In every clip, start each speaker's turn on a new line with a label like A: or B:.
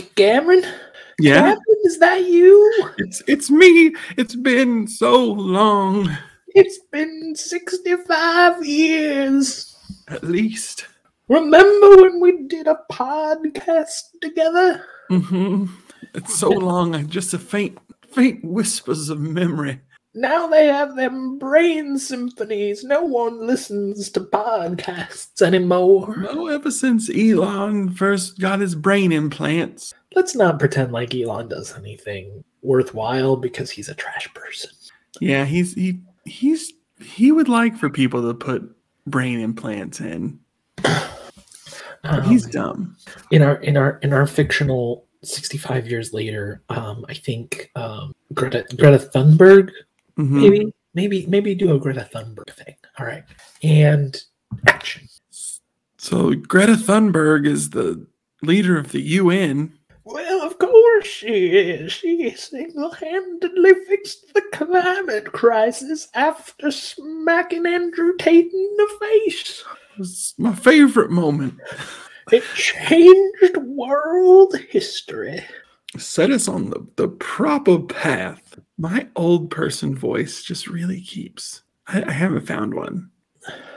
A: Cameron?
B: Yeah.
A: Cameron, is that you?
B: It's it's me. It's been so long,
A: It's been 65 years.
B: at least.
A: Remember when we did a podcast together?
B: hmm It's so long. I just a faint faint whispers of memory.
A: Now they have them brain symphonies. No one listens to podcasts anymore.
B: No, ever since Elon first got his brain implants.
A: Let's not pretend like Elon does anything worthwhile because he's a trash person.
B: Yeah, he's he he's he would like for people to put brain implants in.
A: Um,
B: He's dumb.
A: in our in our in our fictional 65 years later. Um, I think um, Greta Greta Thunberg
B: Mhm.
A: maybe maybe maybe do a Greta Thunberg thing. All right, and action.
B: So Greta Thunberg is the leader of the UN.
A: Well, of course she is. She single-handedly fixed the climate crisis after smacking Andrew Tate in the face.
B: It's my favorite moment.
A: It changed world history.
B: set us on the, the proper path. My old person voice just really keeps. I, I haven't found one.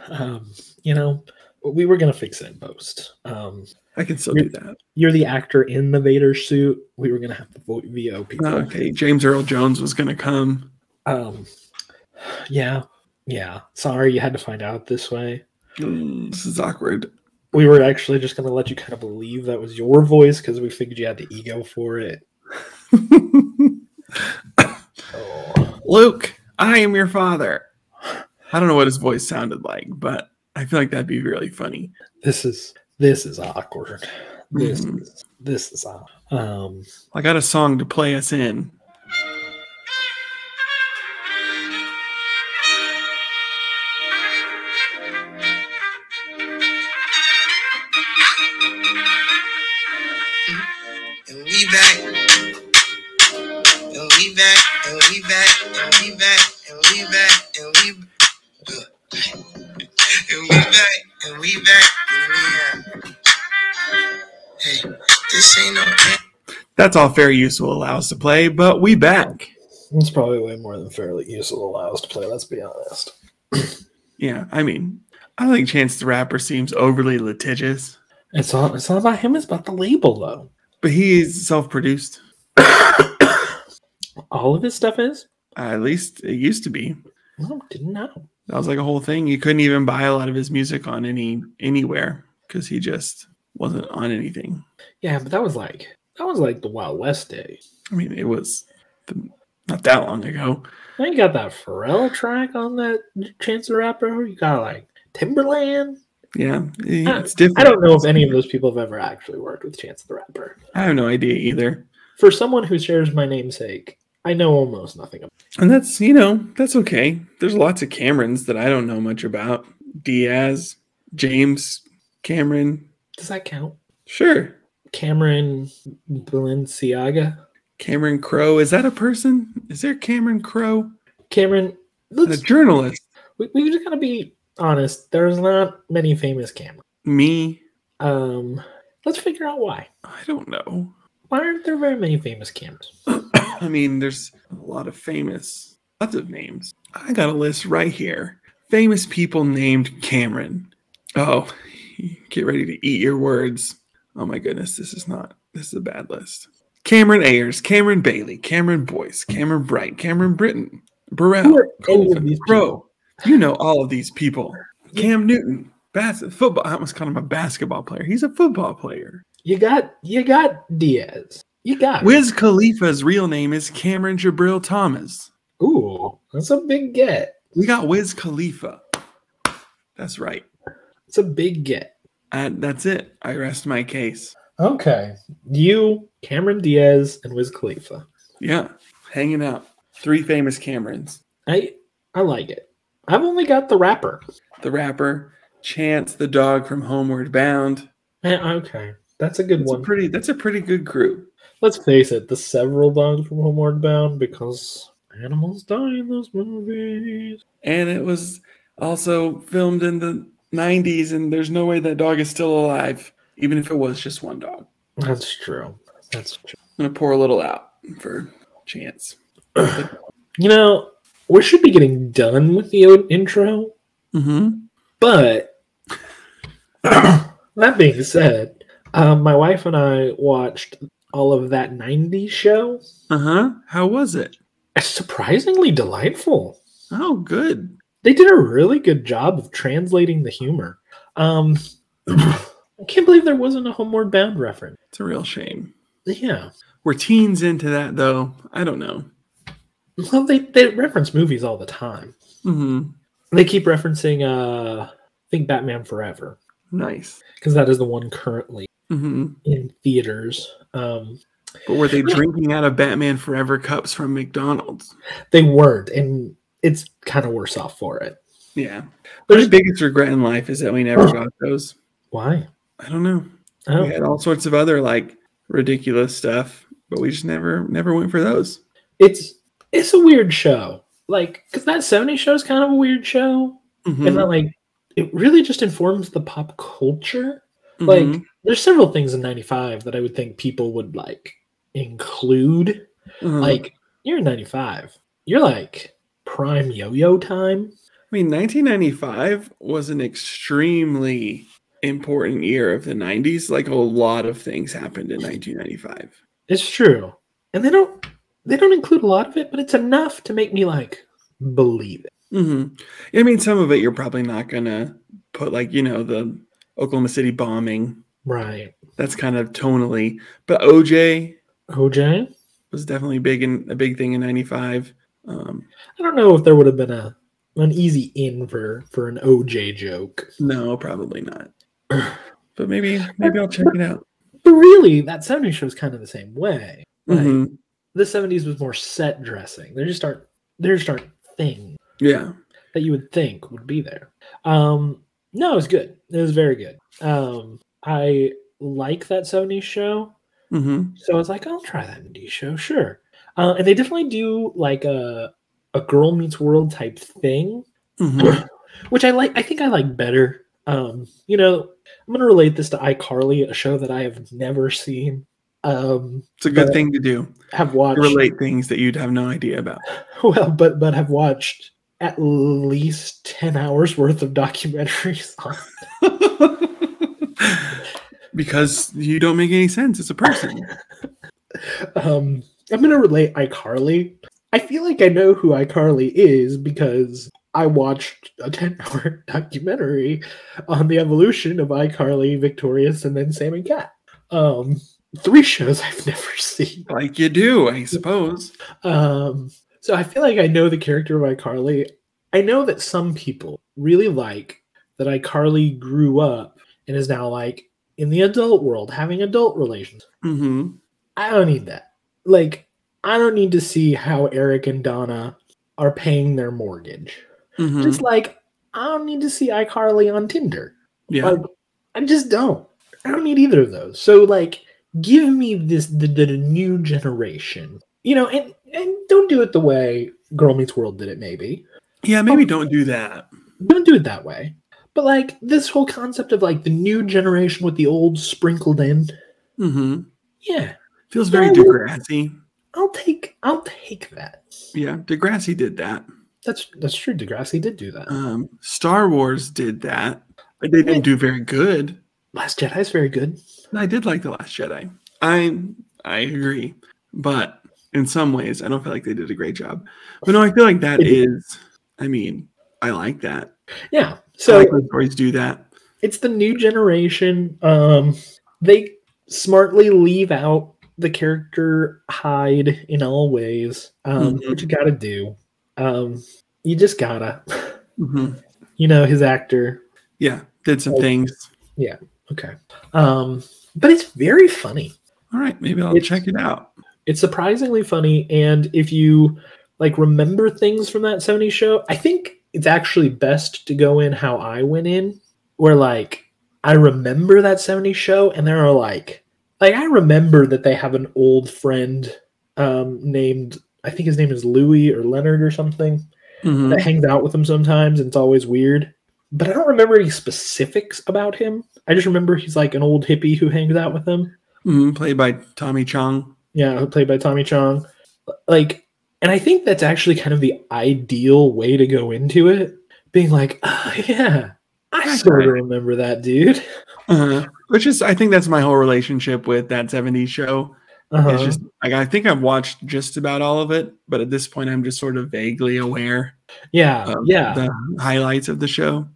A: Um, you know, we were gonna fix it in post. Um,
B: I can still do that.
A: you're the actor in the Vader suit. We were gonna have to vote VO people.
B: Okay, James Earl Jones was going to come.
A: Um, yeah, yeah. Sorry, you had to find out this way.
B: Mm, this is awkward.
A: We were actually just gonna let you kind of believe that was your voice because we figured you had the ego for it. Oh.
B: Luke, I am your father. I don't know what his voice sounded like, but I feel like that'd be really funny.
A: This is this is awkward. This
B: Mhm.
A: is this is awkward. um.
B: I got a song to play us in.
C: And we back. And we back. And we back. And we back. And we back. And we. Ugh. And we back. And we back. And we back. Hey, this ain't no.
B: That's all fair use will allow us to play, but we back.
A: It's probably way more than fairly useful allows to play. Let's be honest.
B: Yeah, I mean, I think Chance the Rapper seems overly litigious,
A: It's all it's not about him. It's about the label, though.
B: but he is self produced.
A: All of his stuff is.
B: At least it used to be.
A: No, didn't know.
B: That was like a whole thing. You couldn't even buy a lot of his music on any anywhere because he just wasn't on anything.
A: Yeah, but that was like that was like the Wild West day.
B: I mean, it was the, not that long ago.
A: Now you got that Pharrell track on that Chance the Rapper. You got like Timberland.
B: Yeah, it-
A: Uh,
B: it's different.
A: I don't know if any of those people have ever actually worked with Chance the Rapper.
B: I have no idea either.
A: For someone who shares my namesake, I know almost nothing. About
B: And that's you know that's okay. There's lots of Camerons that I don't know much about. Diaz, James Cameron,
A: Does that count?
B: sure.
A: Cameron Balenciaga.
B: Cameron Crowe is that a person? Is there Cameron Crowe?
A: Cameron.
B: A
A: Let's,
B: journalist?
A: we, we just gotta be honest. There's not many famous Cameron.
B: Me?
A: Um, let's figure out why.
B: I don't know.
A: Why aren't there very many famous Camerons?
B: I mean, there's a lot of famous, lots of names. I got a list right here. Famous people named Cameron. Oh, get ready to eat your words. Oh my goodness, this is not, this is a bad list. Cameron Ayers, Cameron Bailey, Cameron Boyce, Cameron Bright, Cameron Britton, Burrell,
A: Who are any of these
B: Crow. You know all of these people. Cam Newton, bas- football. I almost called him a basketball player. He's a football player.
A: You got you got Diaz. You got
B: Wiz Khalifa's real name is Cameron Jabril Thomas.
A: Ooh, that's a big get.
B: We got Wiz Khalifa. That's right.
A: It's a big get.
B: Uh, that's it. I rest my case.
A: Okay, you, Cameron Diaz, and Wiz Khalifa.
B: Yeah, hanging out. Three famous Camerons:
A: I I like it. I've only got the rapper.
B: the rapper, Chance the dog from Homeward Bound.
A: Eh, okay, that's a good
B: That's a
A: one.
B: pretty. That's a pretty good group.
A: Let's face it, the several dogs from Homeward Bound because animals die in those movies.
B: And it was also filmed in the '90s, and there's no way that dog is still alive, even if it was just one dog.
A: That's true. That's true.
B: I'm gonna pour a little out for chance.
A: You know, we should be getting done with the o- intro,
B: Mm-hmm.
A: but that being said, um, my wife and I watched all of that 90s show.
B: Uh huh. How was it?
A: It's surprisingly delightful.
B: Oh, good.
A: They did a really good job of translating the humor. Um, I can't believe there wasn't a Homeward Bound reference.
B: It's a real shame.
A: Yeah.
B: We're teens into that though. I don't know.
A: Well, they, they reference movies all the time.
B: Mm-hmm.
A: They keep referencing, uh, I think, Batman Forever,
B: Nice.
A: because that is the one currently
B: Mm-hmm.
A: in theaters. Um,
B: But were they
A: Yeah.
B: drinking out of Batman Forever cups from McDonald's?
A: they weren't, and it's kind of worse off for it.
B: Yeah. My
A: There's
B: biggest regret in life is that we never got those.
A: why?
B: I don't know.
A: Oh,
B: We had all sorts of other like ridiculous stuff, but we just never never went for those.
A: it's it's a weird show. Like, because that '70s show is kind of a weird show, and
B: Mhm.
A: then like it really just informs the pop culture. like
B: Mhm.
A: there's several things in 95 that i would think people would like include
B: Uh-huh.
A: like you're in 95 you're like prime yo-yo time
B: I mean, 1995 was an extremely important year of the 90s. Like a lot of things happened in 1995.
A: it's true and they don't they don't include a lot of it but it's enough to make me like believe it
B: hmm I mean, some of it you're probably not gonna put like you know the Oklahoma City bombing.
A: right
B: That's kind of tonally, but OJ
A: oj
B: was definitely big and a big thing in '95. Um,
A: i don't know if there would have been a an easy in for for an oj joke
B: no, probably not. But maybe maybe I'll check it out.
A: but really that 70s show is kind of the same way like,
B: Mhm.
A: the 70s was more set dressing there just aren't there just aren't things
B: Yeah.
A: that you would think would be there. Um, no, it was good. It was very good. Um, I like that Sony show,
B: hmm
A: so I was like, I'll try that indie show, sure. Uh, and they definitely do like a a girl meets world type thing,
B: hmm
A: which I like. I think I like better. Um, you know, I'm gonna relate this to iCarly, a show that I have never seen, um,
B: It's a good
A: But-
B: thing to do.
A: have watched.
B: You relate things that you'd have no idea about.
A: Well, but but have watched at least ten hours worth of documentaries on
B: because you don't make any sense as a person.
A: um i'm gonna relate icarly i feel like i know who icarly is because i watched a 10 hour documentary on the evolution of icarly victorious and then sam and cat um three shows i've never seen
B: Like you do, I suppose.
A: um so i feel like i know the character of icarly i know that some people really like that icarly grew up and is now like in the adult world having adult relations
B: hmm
A: I don't need that. Like, I don't need to see how Eric and Donna are paying their mortgage.
B: hmm
A: Just like, I don't need to see iCarly on Tinder.
B: yeah.
A: Like, I just don't. I don't need either of those. So, like, give me this the, the new generation, you know, and, and don't do it the way Girl Meets World did it, maybe.
B: yeah, maybe don't do that.
A: Don't do it that way. But, like, this whole concept of like the new generation with the old sprinkled in,
B: hmm
A: yeah,
B: Feels very
A: Yeah, we-
B: Degrassi.
A: I'll take, I'll take that.
B: Yeah, Degrassi did that.
A: That's that's true. Degrassi did do that.
B: Um, Star Wars did that. But they didn't do very good.
A: Last Jedi is very good.
B: I did like The Last Jedi. I I agree. But in some ways, I don't feel like they did a great job. But no, I feel like that
A: They did.
B: is I mean, I like that.
A: Yeah.
B: So
A: So
B: I like when stories do that.
A: it's the new generation. Um, they smartly leave out the character Hyde in all ways, um,
B: Mhm.
A: which you gotta do. Um, you just gotta,
B: hmm
A: you know, his actor.
B: Yeah, did some
A: Like-
B: things.
A: Okay. Um, but it's very funny.
B: All right, maybe I'll
A: It's-
B: check it out.
A: It's surprisingly funny, and if you like remember things from that Sony show, I think it's actually best to go in how I went in, where like I remember that 70s show, and there are like like I remember that they have an old friend um named I think his name is Louis or Leonard or something
B: Mhm.
A: that hangs out with them sometimes and it's always weird. But I don't remember any specifics about him. I just remember he's like an old hippie who hangs out with them.
B: Mhm, played by Tommy Chong.
A: Yeah, who played by Tommy Chong. Like, and I think that's actually kind of the ideal way to go into it, being like, oh, yeah, I sort of remember that dude.
B: Uh, which is, I think that's my whole relationship with that 70s show.
A: Uh-huh.
B: It's just, like, I think I've watched just about all of it, but at this point, I'm just sort of vaguely aware
A: yeah,
B: of
A: yeah.
B: the highlights of the show.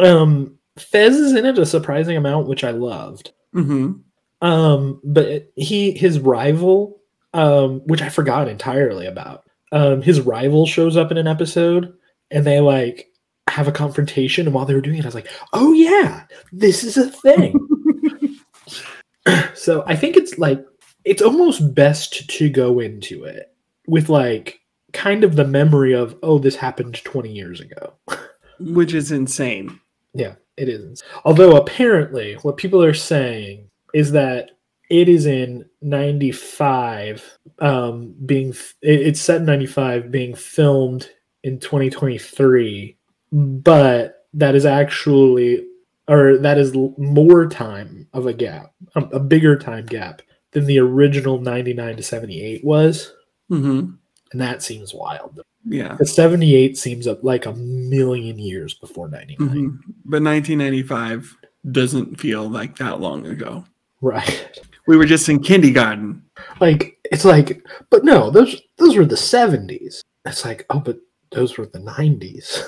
A: Um, Fez is in it a surprising amount, which I loved.
B: hmm
A: Um, but it- he his rival, um, which I forgot entirely about. Um, his rival shows up in an episode, and they like have a confrontation. And while they were doing it, I was like, "Oh yeah, this is a thing." so I think it's like it's almost best to go into it with like kind of the memory of, "Oh, this happened twenty years ago."
B: Which is insane.
A: Yeah, it isn't. Although apparently, what people are saying is that it is in '95, um, being f- it- it's set in '95, being filmed in 2023, but that is actually, or that is l- more time of a gap, a, a bigger time gap than the original '99 to '78 was,
B: hmm
A: and that seems wild.
B: Yeah.
A: The '78 seems a- like a million years before '99,
B: Mhm. But 1995 doesn't feel like that long ago.
A: right?
B: We were just in kindergarten.
A: like it's like but no those those were the 70s it's like oh but those were the 90s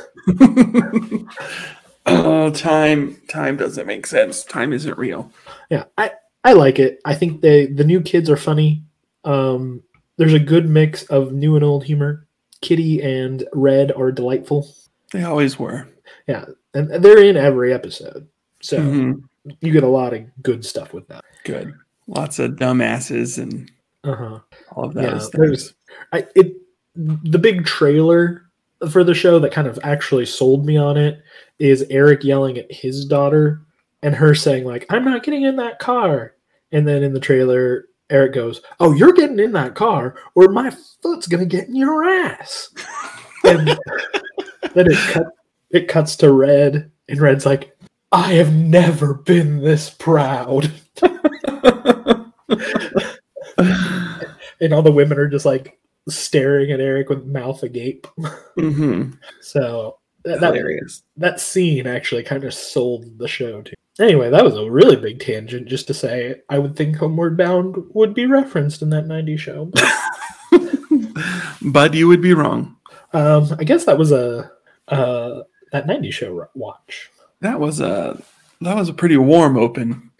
B: oh, time time doesn't make sense. Time isn't real.
A: yeah i i like it i think they the new kids are funny um there's a good mix of new and old humor kitty and red are delightful
B: They always were.
A: and they're in every episode so
B: Mhm.
A: you get a lot of good stuff with that
B: Good. Lots of dumbasses and
A: uh-huh
B: all of
A: Yeah,
B: those
A: there's-
B: things.
A: I, it the big trailer for the show that kind of actually sold me on it is Eric yelling at his daughter and her saying like I'm not getting in that car and then in the trailer Eric goes oh you're getting in that car or my foot's going to get in your ass and then it cut it cuts to red and red's like I have never been this proud and all the women are just like staring at Eric with mouth agape
B: hmm
A: so that, that
B: Hilarious.
A: that scene actually kind of sold the show to. Anyway, that was a really big tangent just to say I would think Homeward Bound would be referenced in that 90s show.
B: but you would be wrong.
A: um, I guess that was a uh, that 90s show ro- watch.
B: That was a that was a pretty warm open.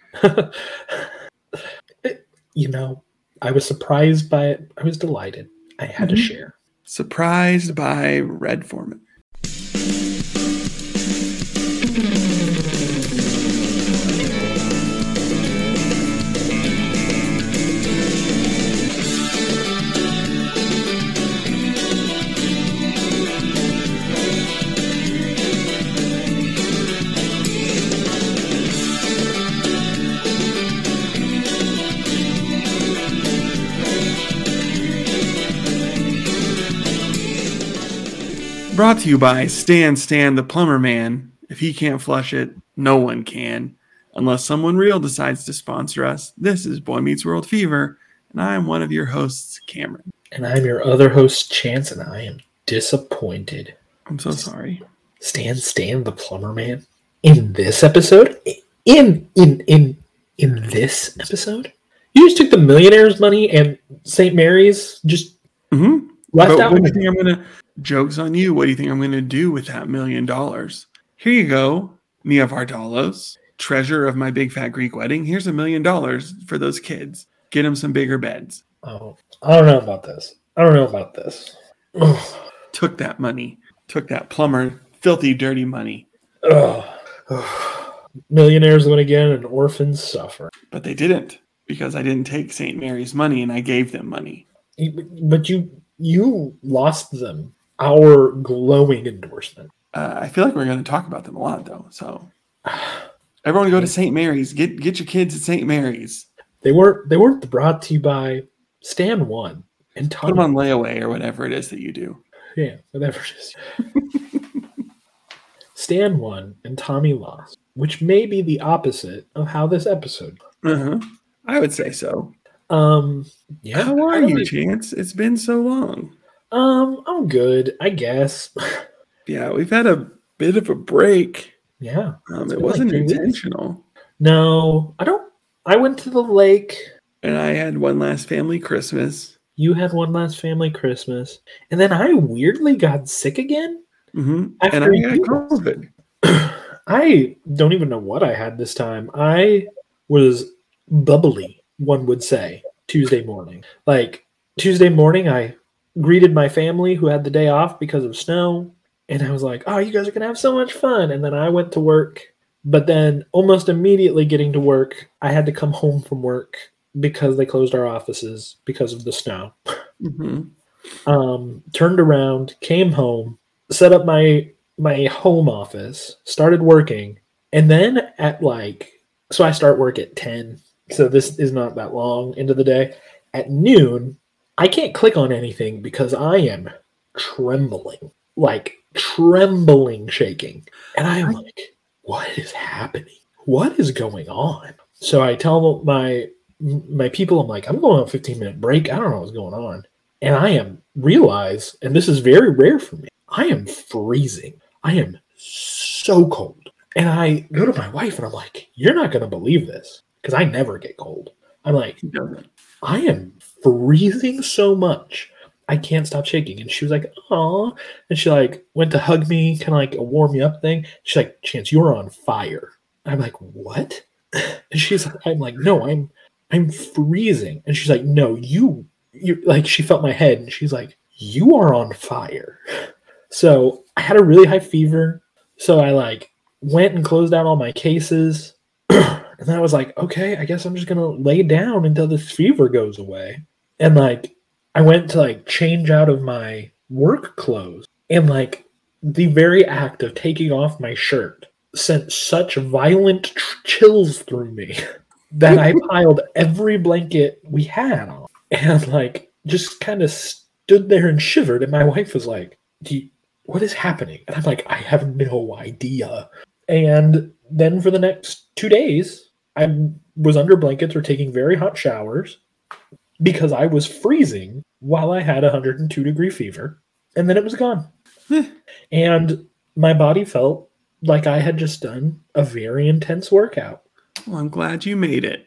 A: It- you know, I was surprised by it. I was delighted. I had
B: Mhm.
A: to share.
B: Surprised by Red Foreman. Brought to you by Stan Stan the Plumber Man. If he can't flush it, no one can. Unless someone real decides to sponsor us, this is Boy Meets World Fever, and I'm one of your hosts, Cameron.
A: And I'm your other host, Chance, and I am disappointed.
B: I'm so sorry.
A: Stan Stan the plumber man in this episode in in in in this episode you just took the millionaire's money and St. Mary's just
B: Mm-hmm.
A: left
B: But
A: out
B: what do you think I'm gonna? Jokes on you. What do you think I'm gonna do with that million dollars? Here you go, Nia Vardalos, treasure of my big fat Greek wedding. Here's a million dollars for those kids. Get them some bigger beds.
A: oh, I don't know about this I don't know about this Ugh.
B: Took that money. Took that plumber filthy dirty money.
A: Ugh. Ugh. millionaires win again and orphans suffer
B: But they didn't because I didn't take St. Mary's money and I gave them money.
A: You- but you you lost them our glowing endorsement
B: Uh, I feel like we're going to talk about them a lot though. So everyone go to St. Mary's. Get get your kids at St. Mary's.
A: they weren't they weren't brought to you by Stan one and
B: Put
A: Tom
B: them on layaway or whatever it is that you do.
A: Yeah, whatever it is. Stan won and Tommy lost, which may be the opposite of how this episode.
B: Uh-huh. I would say so.
A: Um, yeah.
B: How
A: I
B: are
A: don't
B: you,
A: really-
B: Chance? It's been so long.
A: Um, I'm good, I guess.
B: Yeah, we've had a bit of a break.
A: yeah. It's
B: Um,
A: been
B: it
A: like
B: wasn't
A: three weeks.
B: intentional.
A: No, I don't. I went to the lake.
B: And I had one last family Christmas.
A: You had one last family Christmas, and then I weirdly got sick again.
B: hmm And
A: After
B: I
A: you-
B: got COVID.
A: I don't even know what I had this time. I was bubbly, one would say, Tuesday morning. Like Tuesday morning, I greeted my family who had the day off because of snow. And I was like, oh, you guys are going to have so much fun. And then I went to work. But then almost immediately getting to work, I had to come home from work because they closed our offices because of the snow Mm-hmm.
B: hmm
A: um, turned around, came home, set up my my home office, started working, and then at like so I start work at ten, so this is not that long into the day. At noon, I can't click on anything because I am trembling, like trembling, shaking, and I am like, what is happening? What is going on? So I tell my my people, I'm like, I'm going on a 15 minute break. I don't know what's going on and I am realize, and this is very rare for me, I am freezing. I am so cold. And I go to my wife and I'm like, you're not gonna believe this, because I never get cold. I'm like, I am freezing so much. I can't stop shaking. And she was like, "Aw," and she like went to hug me, kind of like a warm me up thing. She's like, "Chance, you're on fire." I'm like, "What?" And she's, I'm like, "No, I'm, I'm freezing." And she's like, "No, you, you like." She felt my head, and she's like, "You are on fire." So I had a really high fever. So I like went and closed down all my cases. and then I was like, okay, I guess I'm just gonna lay down until this fever goes away. And like, I went to like change out of my work clothes, and like the very act of taking off my shirt sent such violent tr- chills through me that I piled every blanket we had on, and like just kind of stood there and shivered. And my wife was like, Do you, "What is happening?" And I'm like, "I have no idea." And then for the next two days, I was under blankets or taking very hot showers because I was freezing while I had a 102 degree fever. And then it was gone. and my body felt like I had just done a very intense workout.
B: Well, I'm glad you made it.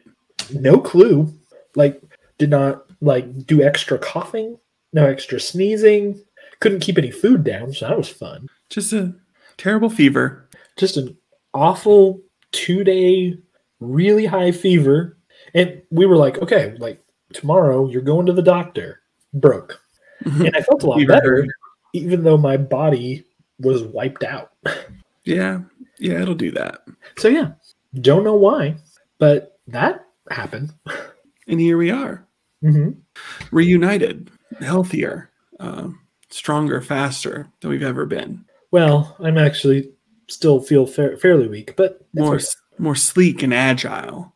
A: No clue. Like, did not like do extra coughing, no extra sneezing. Couldn't keep any food down, so that was fun.
B: Just a terrible fever.
A: just an awful two day really high fever and we were like okay like tomorrow you're going to the doctor broke and i felt a lot
B: Mm-hmm. Fever.
A: better even though my body was wiped out
B: yeah. Yeah, it'll do that.
A: so yeah don't know why but that happened
B: And here we are,
A: hmm
B: Mm-hmm. reunited, healthier, um, stronger, faster than we've ever been.
A: well i'm actually still feel fair, fairly weak but it's
B: More,
A: okay.
B: s more sleek and agile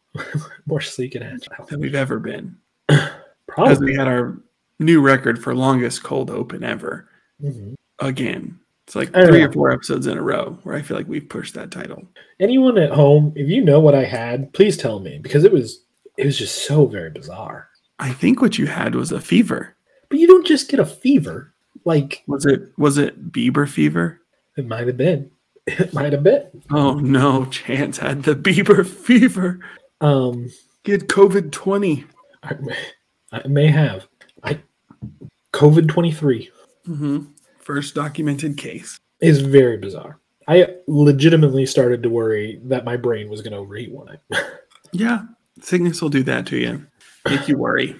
A: more sleek and agile
B: than we've ever been. As
A: probably
B: we had our new record for longest cold open ever.
A: Mhm.
B: again. It's like
A: I
B: three
A: know.
B: or four episodes in a row where I feel like we've pushed that title.
A: anyone at home if you know what i had please tell me because it was it was just so very bizarre
B: I think what you had was a fever.
A: but you don't just get a fever like
B: Was it was it Bieber fever?
A: it might have been it might have been
B: Oh no, Chance had the Bieber fever.
A: um
B: Get COVID twenty.
A: i, may- I may have i covid-23
B: Mm-hmm. First documented case.
A: is very bizarre i legitimately started to worry that my brain was going to overheat one night
B: Yeah, sickness will do that to you. Make you worry.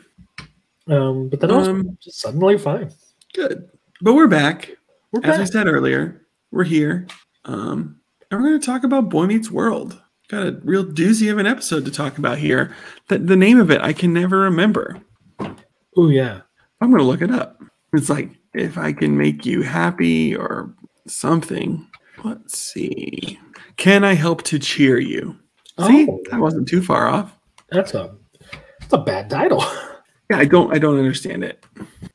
A: um but then i was
B: Um,
A: just suddenly fine
B: Good, but we're back.
A: we're
B: As I
A: back
B: said earlier, we're here, um, and we're going to talk about Boy Meets World. Got a real doozy of an episode to talk about here. That the name of it I can never remember.
A: oh yeah
B: I'm going to look it up. It's like if I can make you happy or something. Let's see. Can I help to cheer you? See,
A: Oh.
B: I wasn't too far off.
A: that's a that's a bad title
B: Yeah, I don't. I don't understand it.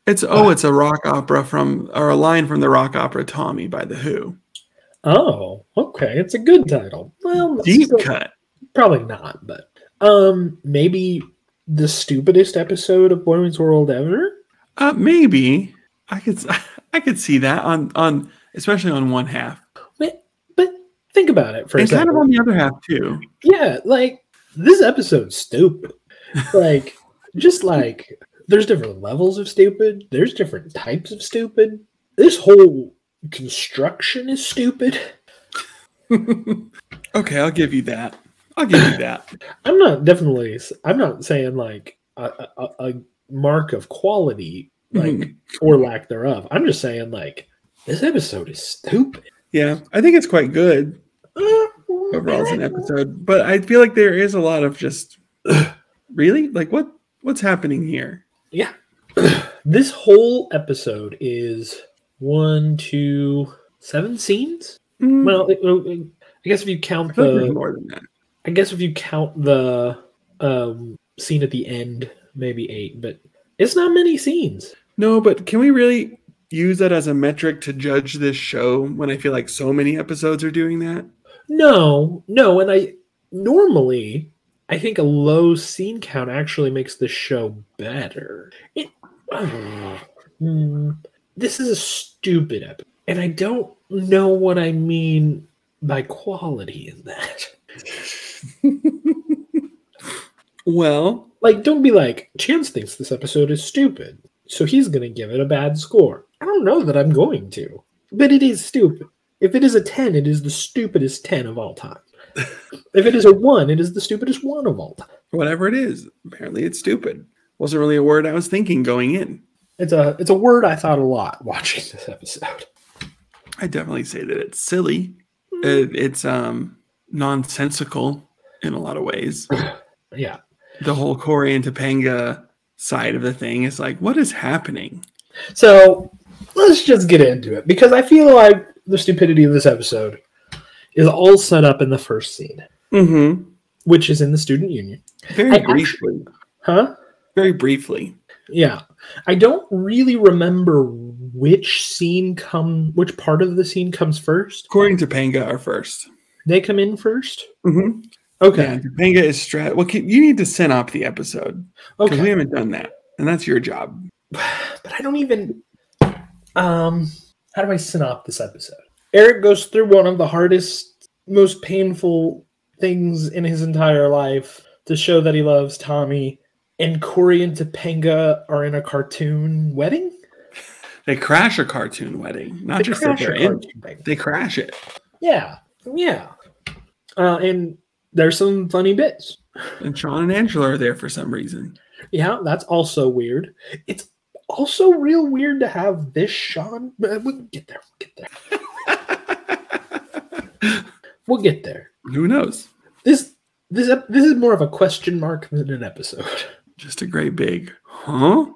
B: It's oh, it's a rock opera from or a line from the rock opera Tommy by the Who.
A: oh okay it's a good title well it's
B: Deep
A: still-
B: cut.
A: probably not but um maybe the stupidest episode of Boy Meets World ever?
B: Uh, maybe I could s- I could see that on on especially on one half
A: But, but think about it for a
B: and
A: second.
B: kind of on the other half too.
A: yeah, like this episode's stupid. Like, just like there's different levels of stupid, there's different types of stupid. This whole construction is stupid.
B: Okay, I'll give you that. I'll give you that.
A: I'm not definitely, I'm not saying like a, a, a mark of quality, like,
B: Mhm.
A: or lack thereof. I'm just saying, like, this episode is stupid.
B: Yeah, I think it's quite good overall as an episode, but I feel like there is a lot of just really like what what's happening here.
A: This whole episode is one, two, seven scenes.
B: Mm,
A: Well, uh, it- well, it- I guess if you count
B: I feel like there's
A: the,
B: more than that.
A: I guess if you count the um, scene at the end, maybe eight. But it's not many scenes.
B: No, but can we really use that as a metric to judge this show when I feel like so many episodes are doing that?
A: No, no, and I normally I think a low scene count actually makes the show better. It, Hmm. this is a stupid episode, and I don't know what I mean by quality in that.
B: Well,
A: Like, don't be like Chance thinks this episode is stupid, so he's gonna give it a bad score. I don't know that I'm going to, but it is stupid. If it is a ten, it is the stupidest ten of all time. if it is a one, it is the stupidest one of all time.
B: whatever it is, apparently it's stupid. Wasn't really a word I was thinking going in.
A: It's a it's a word I thought a lot watching this episode.
B: I definitely say that it's silly. It, it's um nonsensical in a lot of ways.
A: Yeah,
B: The whole Corey and Topanga side of the thing is like, what is happening?
A: so let's just get into it because I feel like the stupidity of this episode is all set up in the first scene,
B: Mm-hmm.
A: which is in the student union,
B: Very
A: I actu-
B: briefly.
A: huh?
B: Very briefly.
A: Yeah. I don't really remember which scene come which part of the scene comes first.
B: Corey and Topanga are 1st
A: They come in first.
B: Mm-hmm. Yeah,
A: Okay.
B: Topanga is strat. Well, can, you need to synop the episode because we
A: Okay.
B: haven't done that, and that's your job.
A: But I don't even um how do I synop this episode? Eric goes through one of the hardest, most painful things in his entire life to show that he loves Tommy. And Corey and Topanga are in a cartoon wedding.
B: They crash a cartoon wedding, not
A: They
B: just that
A: crash a
B: they're in.
A: cartoon wedding.
B: They crash it.
A: Yeah, yeah. Uh, and there's some funny bits.
B: And Sean and Angela are there for some reason.
A: Yeah, that's also weird. It's also real weird to have this Sean. But we'll get there. We'll get there. We'll get there.
B: Who knows?
A: This this ep- this is more of a question mark than an episode.
B: Just a great big, huh?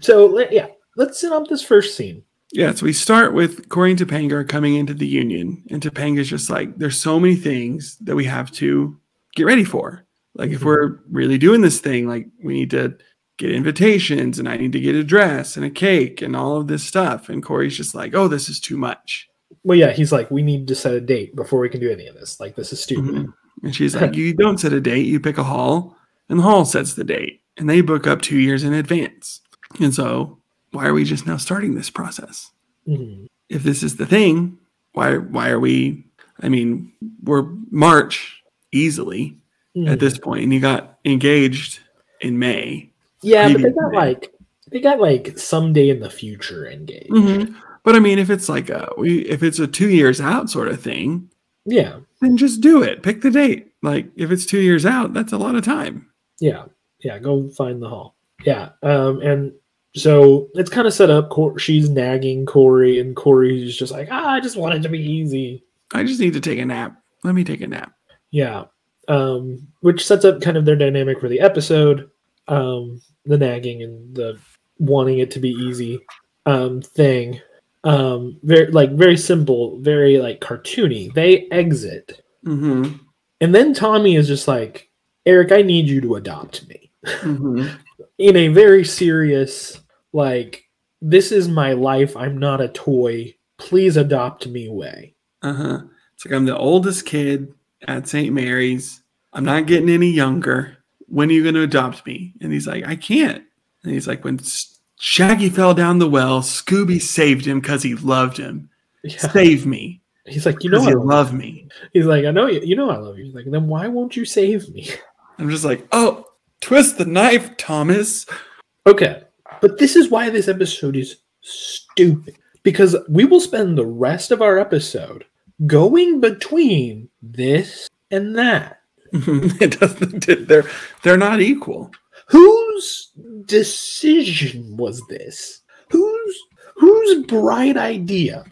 A: So let, yeah, let's sit on this first scene.
B: Yeah, so we start with Corey and Topanga are coming into the union, and Topanga's just like, there's so many things that we have to get ready for. Like, if
A: Mhm.
B: we're really doing this thing, like, we need to get invitations, and I need to get a dress and a cake and all of this stuff. And Corey's just like, oh, this is too much.
A: Well, yeah, he's like, we need to set a date before we can do any of this. Like, this is stupid.
B: Mhm. And she's like, you don't set a date, you pick a hall, and the hall sets the date, and they book up two years in advance. And so, why are we just now starting this process?
A: Mhm.
B: if this is the thing, why why are we? I mean, we're March easily
A: Mhm.
B: at this point, and you got engaged in May.
A: Yeah, but
B: Maybe
A: they got
B: someday.
A: like they got like someday in the future engaged.
B: But I mean, if it's like a we, if it's a two years out sort of thing,
A: Yeah,
B: then just do it. Pick the date. Like if it's two years out, that's a lot of time.
A: yeah, yeah. Go find the hall. Yeah, um, and so it's kind of set up. Cor- she's nagging Corey, and Corey's just like, ah, I just want it to be easy.
B: I just need to take a nap. Let me take a nap.
A: Yeah, um, which sets up kind of their dynamic for the episode. Um, the nagging and the wanting it to be easy um, thing. Um, very like very simple, very like cartoony. They exit.
B: Mm-hmm.
A: And then Tommy is just like, Eric, I need you to adopt me in a very serious, like, this is my life. I'm not a toy. Please adopt me way.
B: Uh huh. It's like I'm the oldest kid at St. Mary's. I'm not getting any younger. when are you going to adopt me? And he's like, I can't. And he's like, when S- Shaggy fell down the well, Scooby saved him because he loved him.
A: Yeah.
B: Save me.
A: He's like, you know,
B: Because
A: I
B: you
A: love
B: love me.
A: He's like, I know you. You know, I love you. He's like, then why won't you save me?
B: I'm just like, oh, twist the knife, Thomas.
A: Okay, but this is why this episode is stupid because we will spend the rest of our episode going between this and that.
B: it doesn't. They're they're not equal.
A: Whose decision was this? Whose whose bright idea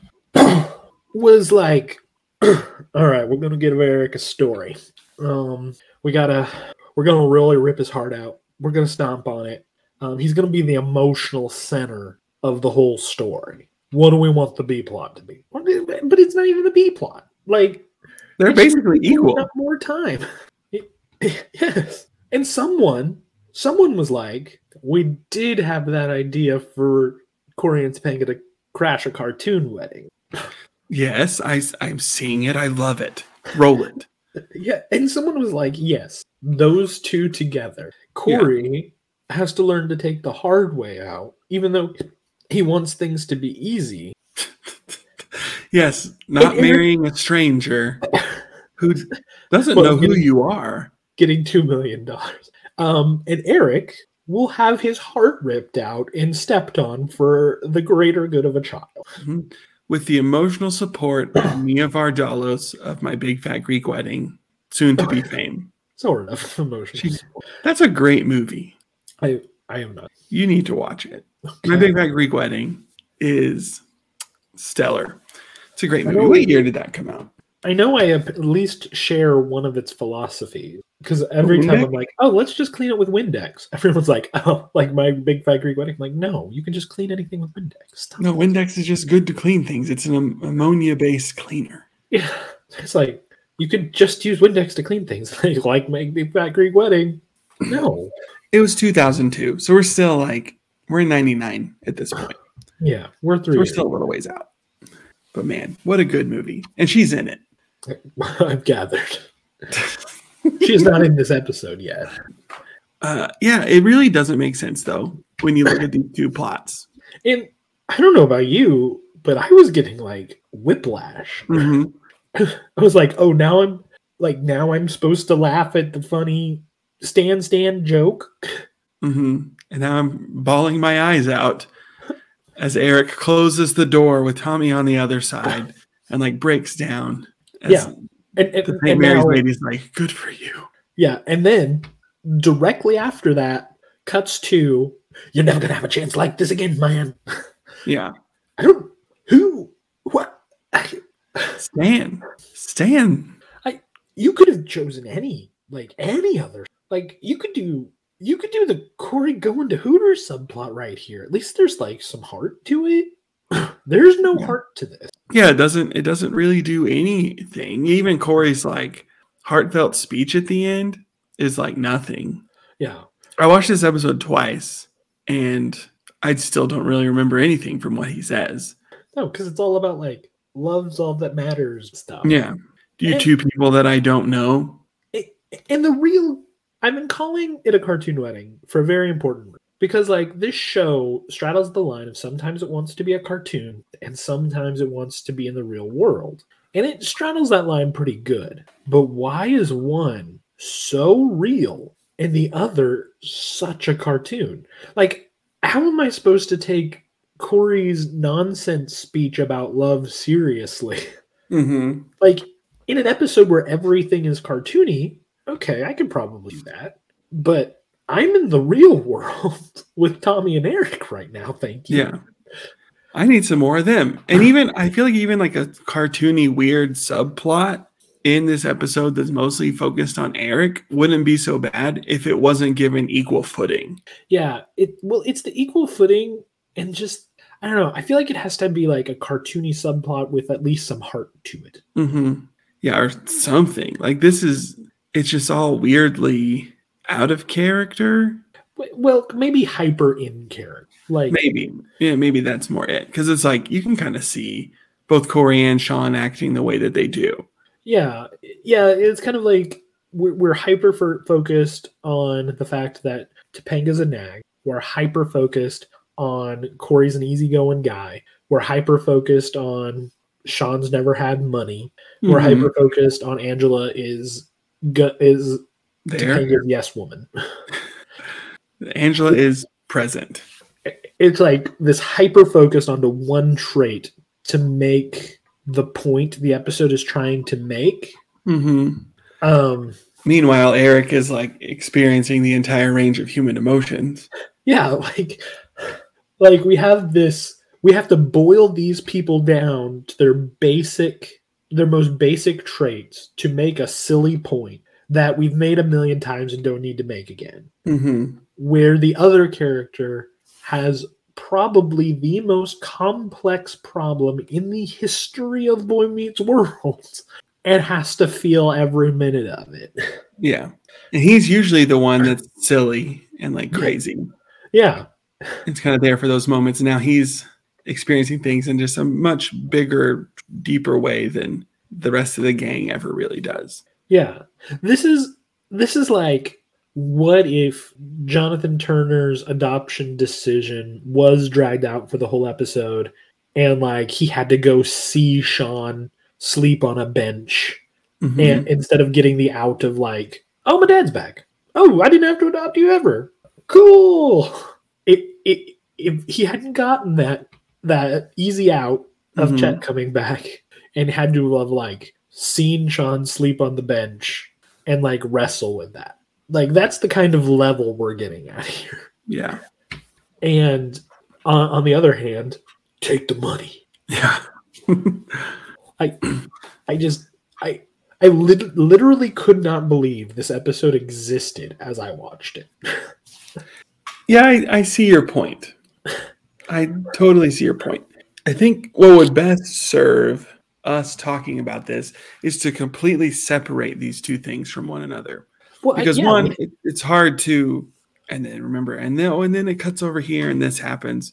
A: was like, all right, we're gonna give Eric a story. Um, we gotta, we're gonna really rip his heart out. We're gonna stomp on it. Um, he's gonna be the emotional center of the whole story. What do we want the B plot to be? But it's not even the B plot. Like
B: They're basically equal.
A: not more time. yes. And someone, someone was like, we did have that idea for Corey and Topanga to crash a cartoon wedding.
B: Yes, I I'm seeing it. I love it. Roll it.
A: Yeah. And someone was like, yes, those two together. Corey has to learn to take the hard way out, even though he wants things to be easy.
B: Yes, not
A: Eric-
B: marrying a stranger who doesn't
A: Well,
B: know who
A: you-
B: you are.
A: getting two million dollars. Um, and Eric will have his heart ripped out and stepped on for the greater good of a child.
B: With the emotional support of Mia Vardalos of my big fat Greek wedding, soon to be fame.
A: Sort of emotional.
B: She's- That's a great movie.
A: I I am not.
B: You need to watch it. My
A: Okay.
B: big fat Greek wedding is stellar. It's a great
A: I
B: movie.
A: don't-
B: What year did that come out?
A: I know I at least share one of its philosophies because every time I'm like, oh, let's just clean it with Windex. Everyone's like, oh, like my big fat Greek wedding. I'm like, no, you can just clean anything with Windex. Stop.
B: No, Windex is just good to clean things. It's an am- ammonia-based cleaner.
A: Yeah. It's like you could just use Windex to clean things, like like my big fat Greek wedding. No.
B: It was 2002, so we're still like we're in 99 at this point.
A: Yeah, we're
B: So
A: through.
B: we're
A: here.
B: still a little ways out. But man, what a good movie. And she's in it.
A: I've gathered. She's not in this episode yet.
B: Uh, yeah, it really doesn't make sense though when you look at these two plots.
A: And I don't know about you, but I was getting like whiplash.
B: Mhm.
A: I was like, oh, now I'm like, now I'm supposed to laugh at the funny Stan Stan joke. Mm-hmm.
B: Mhm. And now I'm bawling my eyes out as Eric closes the door with Tommy on the other side and like breaks down. As
A: Yeah, And, and,
B: The St.
A: and
B: Mary's
A: now-
B: lady's like, good for you.
A: yeah, and then directly after that, cuts to you're never gonna have a chance like this again, man.
B: Yeah.
A: I don't who what I,
B: Stan. Stan.
A: you could have chosen any like any other like you could do you could do the Corey going to Hooters subplot right here. At least there's like some heart to it. there's no
B: Yeah.
A: heart to this.
B: Yeah, it doesn't it doesn't really do anything. Even Corey's like heartfelt speech at the end is like nothing.
A: Yeah.
B: I watched this episode twice, and I still don't really remember anything from what he says.
A: No, because it's all about like love's all that matters and stuff.
B: Yeah, you
A: And-
B: two people that I don't know.
A: It- and the real I've been calling it a cartoon wedding for a very important reason. Because like this show straddles the line of sometimes it wants to be a cartoon and sometimes it wants to be in the real world. And it straddles that line pretty good. But why is one so real and the other such a cartoon? Like, how am I supposed to take Corey's nonsense speech about love seriously?
B: Mm-hmm.
A: like in an episode where everything is cartoony okay i could probably do that but i'm in the real world with tommy and eric right now thank you
B: Yeah, I need some more of them. And even I feel like even like a cartoony weird subplot in this episode that's mostly focused on Eric wouldn't be so bad if it wasn't given equal footing.
A: yeah it well it's the equal footing and just i don't know i feel like it has to be like a cartoony subplot with at least some heart to it
B: Mm-hmm. Yeah, or something like this is. It's just all weirdly out of character.
A: W- well maybe hyper in character like
B: maybe yeah maybe that's more it because it's like you can kind of see both corey and sean acting the way that they do
A: yeah yeah it's kind of like we're, we're hyper fo- focused on the fact that Topanga's a nag. We're hyper focused on Corey's an easygoing guy. We're hyper focused on Sean's never had money. We're
B: Mhm.
A: hyper focused on Angela is gu- is
B: there.
A: Topanga's yes woman.
B: Angela is present.
A: It's like this hyper focused onto one trait to make the point the episode is trying to make.
B: hmm
A: Um,
B: Meanwhile, Eric is like experiencing the entire range of human emotions.
A: yeah like like we have this we have to boil these people down to their basic their most basic traits to make a silly point that we've made a million times and don't need to make again
B: hmm
A: where the other character has probably the most complex problem in the history of boy meets world and has to feel every minute of it
B: Yeah. And he's usually the one that's silly and like crazy.
A: yeah
B: It's kind of there for those moments. Now he's experiencing things in just a much bigger, deeper way than the rest of the gang ever really does.
A: Yeah. This is this is like what if Jonathan Turner's adoption decision was dragged out for the whole episode and like he had to go see Sean sleep on a bench
B: Mhm.
A: and instead of getting the out of like, oh my dad's back. Oh, I didn't have to adopt you ever. Cool. It, it if he hadn't gotten that that easy out of
B: Mhm.
A: Chet coming back and had to have like seen Sean sleep on the bench and like wrestle with that. Like that's the kind of level we're getting at here.
B: Yeah.
A: And on, on the other hand, take the money.
B: Yeah.
A: I just I I lit- literally could not believe this episode existed as I watched it.
B: Yeah, I, I see your point. I totally see your point. I think what would best serve us talking about this is to completely separate these two things from one another.
A: Well, I-
B: Because
A: yeah,
B: one, it, it's hard to, and then remember, and then oh, and then it cuts over here, and this happens.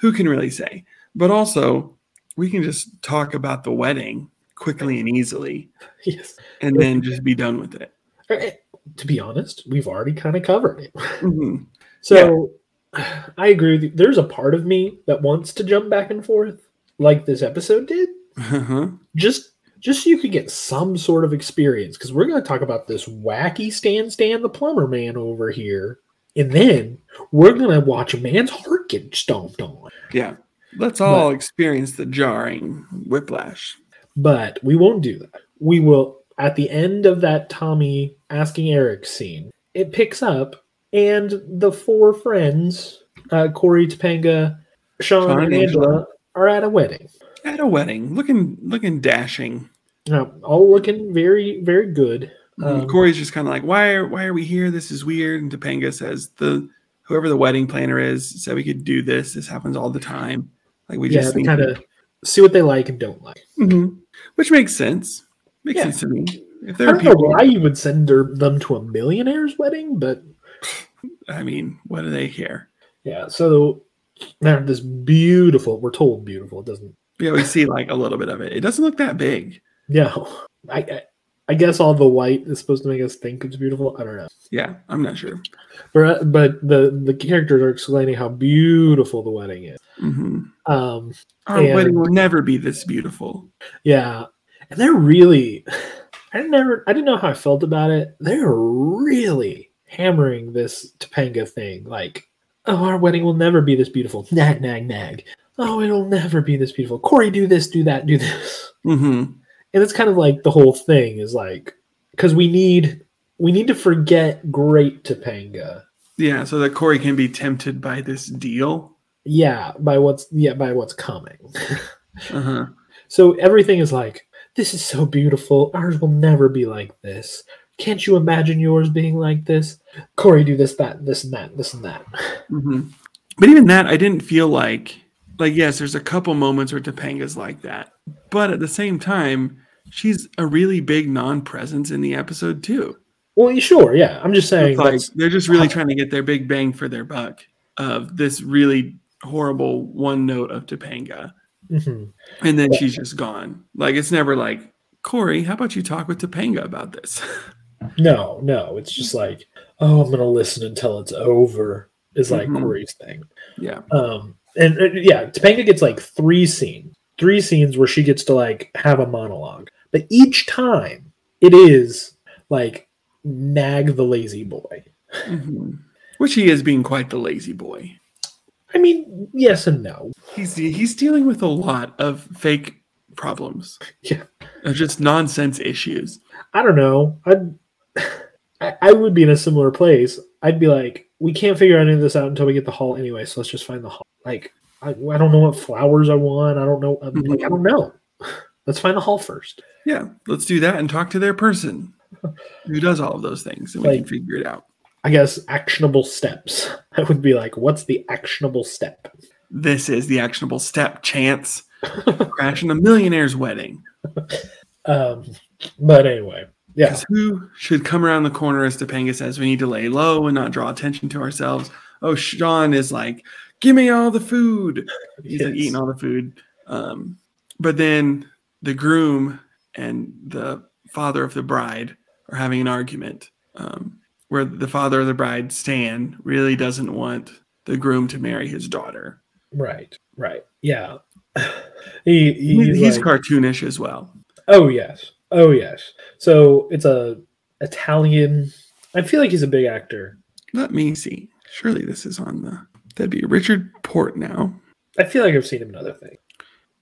B: Who can really say? But also, we can just talk about the wedding quickly and easily,
A: yes.
B: and then just be done with it.
A: Eh, To be honest, we've already kind of covered it.
B: Mhm.
A: So I agree with you. There's a part of me that wants to jump back and forth like this episode did.
B: Uh-huh.
A: Just just so you could get some sort of experience because we're going to talk about this wacky Stan Stan the plumber man over here, and then we're going to watch a man's heart get stomped on.
B: Yeah. Let's all experience the jarring whiplash.
A: but we won't do that. We will at the end of that Tommy asking Eric scene. It picks up, and the four friends, uh, Corey, Topanga, Sean,
B: Sean
A: and
B: and
A: Angela,
B: Angela.
A: are at a wedding.
B: at a wedding, looking looking dashing.
A: Now, all looking very, very good.
B: And
A: Um,
B: Corey's just kind of like, why are why are we here? This is weird. And Topanga says the whoever the wedding planner is said we could do this. This happens all the time. Like we
A: yeah,
B: just
A: they
B: think,
A: kind of see what they like and don't like.
B: Mhm. which makes sense. Makes
A: Yeah.
B: sense to me. If
A: I
B: there are
A: don't know
B: people,
A: why you would send her, them to a millionaire's wedding, but
B: I mean, what do they care?
A: yeah. So they have this beautiful. We're told beautiful. It doesn't
B: Yeah, we see like a little bit of it. It doesn't look that big.
A: No, I, I I guess all the white is supposed to make us think it's beautiful. I don't know,
B: Yeah, I'm not sure.
A: but uh, but the the characters are explaining how beautiful the wedding is.
B: hmm
A: Um,
B: Our
A: And-
B: wedding will never be this beautiful.
A: yeah, and they're really. I never I didn't know how I felt about it. They're really hammering this Topanga thing, like, oh, our wedding will never be this beautiful. Nag, nag, nag. Oh, it'll never be this beautiful. Corey, do this, do that, do this.
B: hmm
A: and it's kind of like the whole thing is like because we need we need to forget great Topanga.
B: Yeah, so that Corey can be tempted by this deal.
A: Yeah, by what's yeah by what's coming.
B: Uh-huh.
A: so everything is like this is so beautiful. Ours will never be like this. Can't you imagine yours being like this? Corey, do this, that, this, and that, this, and that.
B: hmm But even that, I didn't feel like like yes, there's a couple moments where Topanga's like that, but at the same time, she's a really big non-presence in the episode too.
A: Well, you- sure, yeah. I'm just saying.
B: It's like
A: that's-
B: they're just really trying to get their big bang for their buck of this really horrible one note of Topanga,
A: mhm.
B: and then she's just gone. Like it's never like Corey, how about you talk with Topanga about this?
A: No, no. It's just like, oh, I'm gonna listen until it's over is like
B: Mhm.
A: Corey's thing.
B: Yeah.
A: Um, and uh, yeah, Topanga gets like three scenes, three scenes where she gets to like have a monologue, but each time it is like nag the lazy boy.
B: Mhm. Which he is being quite the lazy boy.
A: I mean, yes and no.
B: He's he's dealing with a lot of fake problems.
A: Yeah.
B: They're just nonsense issues.
A: I don't know. I'd, I I would be in a similar place. I'd be like, we can't figure any of this out until we get the hall anyway. So let's just find the hall. Like, I, I don't know what flowers I want. I don't know. I'm like, I don't know. Let's find the hall first.
B: Yeah, let's do that and talk to their person who does all of those things and we can
A: Like-
B: figure it out.
A: I guess actionable steps. I would be like, what's the actionable step?
B: This is the actionable step chance. Crashing a millionaire's wedding.
A: Um, but anyway, yeah,
B: 'Cause Who should come around the corner as Topanga says, we need to lay low and not draw attention to ourselves. Oh, Sean is like, give me all the food. He's like
A: Yes.
B: eating all the food. Um, but then the groom and the father of the bride are having an argument um, where the father of the bride, Stan, really doesn't want the groom to marry his daughter.
A: right, right, yeah. he,
B: He's,
A: he's, like-
B: cartoonish as well.
A: Oh yes. Oh yes. So it's a Italian. I feel like he's a big actor.
B: Let me see. Surely this is on the. That'd be Richard Port now.
A: I feel like I've seen him in other things.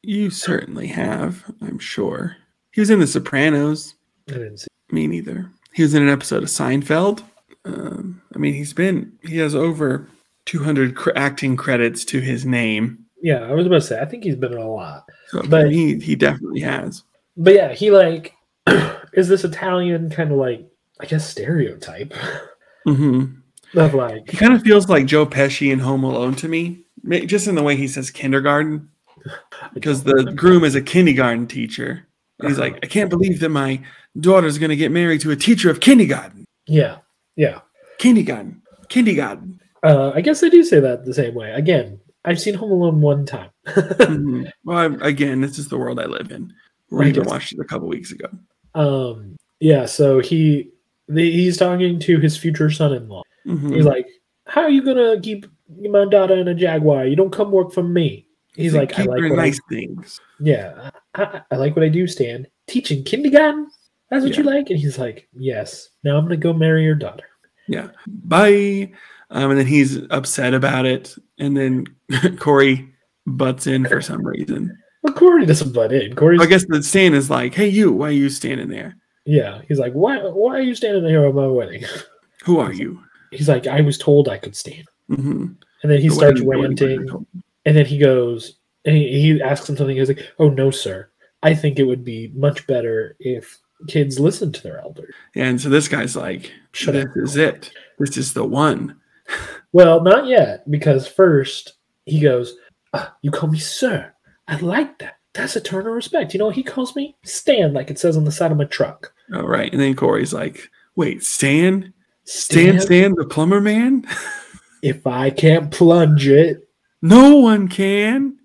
B: You certainly have, I'm sure. He was in The Sopranos.
A: I didn't see.
B: Me neither. He was in an episode of Seinfeld. Um, I mean, he's been, he has over 200 cr- acting credits to his name.
A: Yeah, I was about to say. I think he's been in a lot.
B: So
A: But-
B: he, he definitely has.
A: But yeah, he like is this Italian kind of like I guess stereotype
B: hmm
A: of like
B: He kind of feels like Joe Pesci in Home Alone to me, ma- just in the way he says kindergarten, because the groom is a kindergarten teacher. And He's like, I can't believe that my daughter's going to get married to a teacher of kindergarten.
A: yeah yeah.
B: Kindergarten. Kindergarten.
A: Uh, I guess I do say that the same way. Again, I've seen Home Alone one time.
B: Mhm. Well, I'm, again, this is the world I live in. We
A: Right.
B: even watched it a couple weeks ago.
A: um, yeah, so he the, he's talking to his future son-in-law.
B: Mhm.
A: He's like, "How are you gonna keep my daughter in a Jaguar? You don't come work for me." He's
B: They
A: like, "I
B: keep
A: like
B: their
A: what I-
B: nice things.
A: Yeah, I, I, I like what I do, Stan. Teaching kindergarten. That's what you like." And he's like, "Yes. Now I'm gonna go marry your daughter."
B: Yeah. Bye. Um, and then he's upset about it. And then Corey butts in for some reason.
A: Well, Corey doesn't butt in. Corey's,
B: I guess the Stan is like, "Hey, you, why are you standing there?
A: yeah. He's like, "Why? Why are you standing here at my wedding?"
B: Who are you?"
A: He's like, "I was told I could stand."
B: Mm-hmm.
A: And then he starts ranting. And then he goes, and he, he asks him something. He's like, "Oh no, sir. I think it would be much better if kids listen to their elders."
B: And so this guy's like,
A: Shut
B: "This
A: up.
B: is it. This is the one."
A: Well, not yet, because first he goes, "Ah, "You call me sir. I like that. That's a turn of respect." You know what he calls me? Stan, like it says on the side of my truck.
B: All right. And then Corey's like, "Wait, Stan, Stan, Stan, the plumber man?
A: If I can't plunge it,
B: No one can."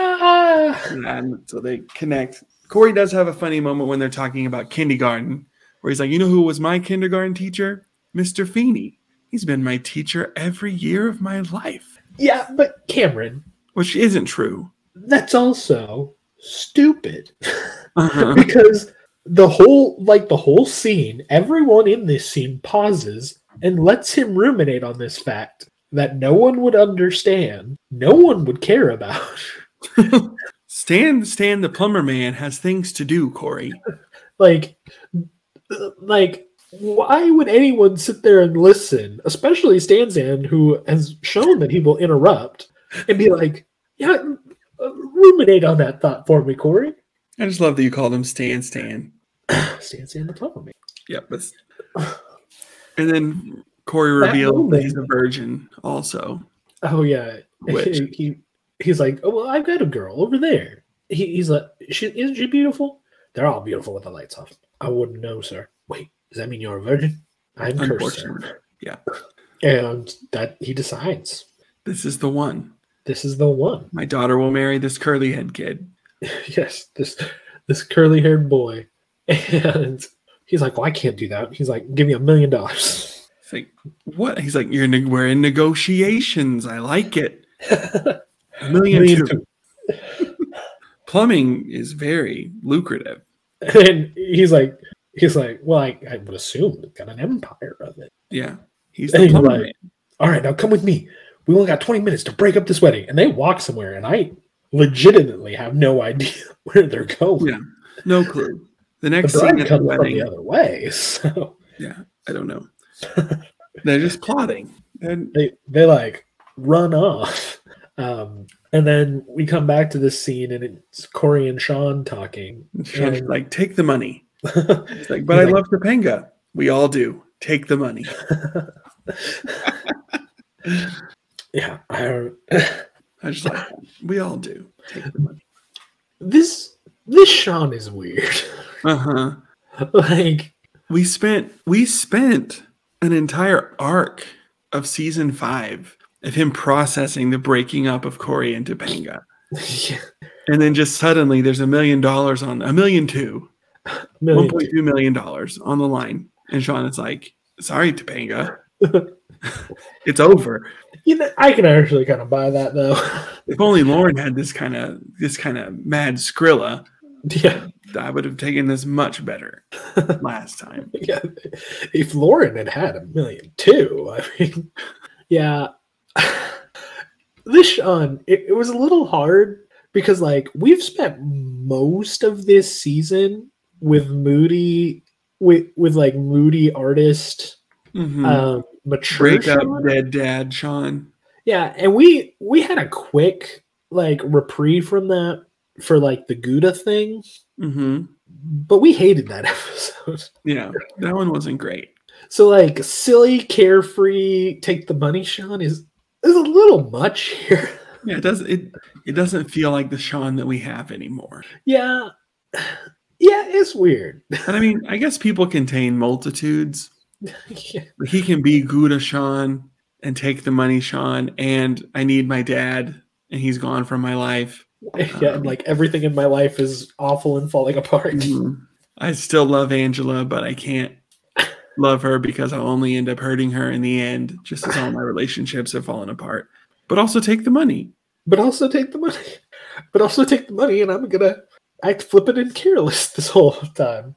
A: ah!
B: and so they connect. Corey does have a funny moment when they're talking about kindergarten, where he's like, "You know who was my kindergarten teacher? Mr. Feeney. He's been my teacher every year of my life,"
A: yeah, but Cameron,
B: which isn't true.
A: that's also stupid
B: Uh-huh.
A: because the whole like the whole scene, everyone in this scene pauses and lets him ruminate on this fact that no one would understand, no one would care about.
B: Stan, Stan, the plumber man has things to do. Corey,
A: like uh, like why would anyone sit there and listen especially stanzan who has shown that he will interrupt and be like yeah uh, ruminate on that thought for me corey
B: I just love that you called him Stan, Stan.
A: stanzan the plumber man
B: Yep. That's... And then Corey
A: That
B: reveals that
A: moment.
B: he's a virgin, also.
A: oh yeah
B: Which-
A: he, he- he's like oh well i've got a girl over there he, he's like she isn't she beautiful they're all beautiful with the lights off i wouldn't know sir wait does that mean you're a virgin i'm cursed sir.
B: Unfortunately,
A: and that he decides
B: this is the one.
A: this is the one
B: My daughter will marry this curly head kid.
A: yes, this this curly haired boy, and He's like, well, I can't do that. He's like, give me a million dollars.
B: It's like, what? He's like, you're ne- we're in negotiations. I like it. A million
A: Million
B: two. Plumbing is very lucrative.
A: And he's like, he's like, well, I, I would assume they've got an empire of it.
B: Yeah, he's
A: And
B: the
A: he's
B: plumber
A: like-
B: man.
A: All right, now come with me. We only got 20 minutes to break up this wedding. And they walk somewhere, and I legitimately have no idea where they're going.
B: Yeah. No clue. The next
A: the
B: scene
A: bride
B: at the
A: comes from the
B: wedding.
A: other way. So
B: Yeah, I don't know. They're just plotting. And
A: they, they like run off. Um, and then we come back to this scene, and it's Corey and Sean talking.
B: Sean's like, take the money.
A: And-
B: He's like, but
A: He's
B: I
A: like-
B: love Topanga. We all do. Take the money.
A: yeah, I don't,
B: I just like, that. we all do. Take the money.
A: this this Sean is weird.
B: Uh huh.
A: like,
B: We spent we spent an entire arc of season five of him processing the breaking up of Corey and Topanga,
A: yeah,
B: and then just suddenly there's a million dollars on a million two.
A: million-
B: one point two million dollars on the line, and Sean is like, "Sorry, Topanga, it's over."
A: you know, I can actually kind of buy that though.
B: If only Lauren had this kind of this kind of mad Skrilla,
A: yeah,
B: I would have taken this much better last time.
A: yeah. If Lauren had had a million too, I mean, yeah. this Sean, it, it was a little hard because like we've spent most of this season with Moody, with with like Moody artist,
B: Mhm.
A: um, mature
B: Break up,
A: Sean.
B: dead dad, Sean.
A: Yeah, and we we had a quick like reprieve from that for like the Gouda thing,
B: hmm
A: but we hated that episode.
B: Yeah, that one wasn't great.
A: So like silly, carefree, take the money, Sean is is a little much here.
B: Yeah, it does it. It doesn't feel like the Sean that we have anymore.
A: yeah, yeah, it's weird.
B: And I mean, I guess people contain multitudes.
A: yeah.
B: he can be Gouda Sean and take the money Sean and I need my dad and he's gone from my life.
A: yeah, and like everything in my life is awful and falling apart.
B: Mm-hmm. I still love Angela, but I can't love her because I'll only end up hurting her in the end, just as all my relationships have fallen apart. But also take the money.
A: But also take the money. But also take the money, and I'm gonna act flippant and careless this whole time.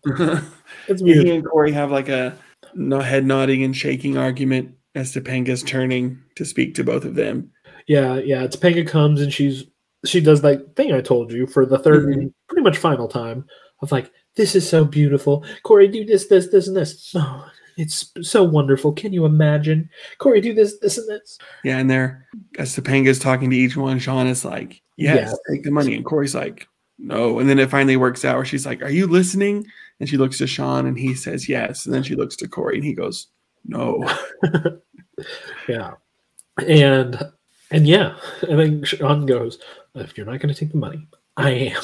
A: It's weird.
B: he and Corey have like a no head nodding and shaking argument as Topanga's turning to speak to both of them.
A: Yeah, yeah. Topanga comes and she's she does that thing I told you for the 3rd and pretty much final time of like, this is so beautiful. Corey, do this, this, this, and this. Oh, it's so wonderful. Can you imagine? Corey, do this, this, and this.
B: Yeah, and they're as Topanga's talking to each one, Sean is like, Yes, take the money. And Corey's like, No. And then it finally works out where she's like, Are you listening? And she looks to Sean and he says yes. And then she looks to Corey and he goes, No.
A: Yeah. And and yeah. And then Sean goes, if you're not gonna take the money, I am.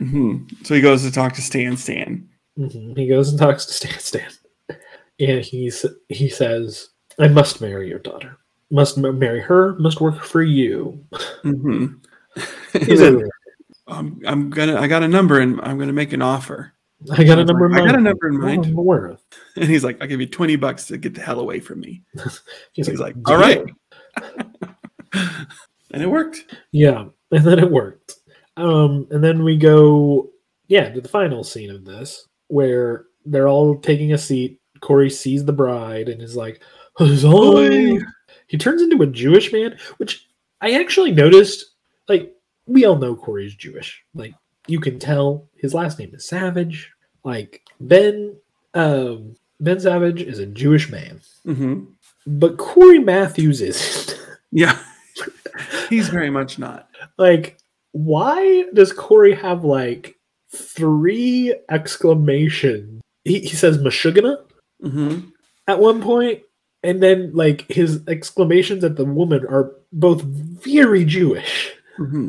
B: Mhm. So he goes to talk to Stan Stan.
A: Mhm. He goes and talks to Stan Stan. And he's he says, I must marry your daughter. Must m- marry her, must work for you.
B: hmm
A: He's a-
B: I'm, "Um, I'm gonna I got a number and I'm gonna make an offer.
A: I got a number in
B: I
A: mind. Oh,
B: got a number in mind.
A: I'm aware of.
B: And he's like, I'll give you 20 bucks to get the hell away from me.
A: He's,
B: He's like,
A: "Deal."
B: All right. and it worked.
A: Yeah. And then it worked. Um, and then we go, yeah, to the final scene of this where they're all taking a seat. Corey sees the bride and is like,
B: Oi.
A: Huzzah! He turns into a Jewish man, which I actually noticed. Like, we all know Corey's Jewish. Like, you can tell his last name is Savage. Like, Ben, um, Ben Savage is a Jewish man,
B: hmm
A: but Corey Matthews isn't.
B: Yeah. He's very much not.
A: like why does corey have like three exclamation he, he says mashugana
B: Mm-hmm.
A: at one point and then like his exclamations at the woman are both very jewish
B: Mm-hmm.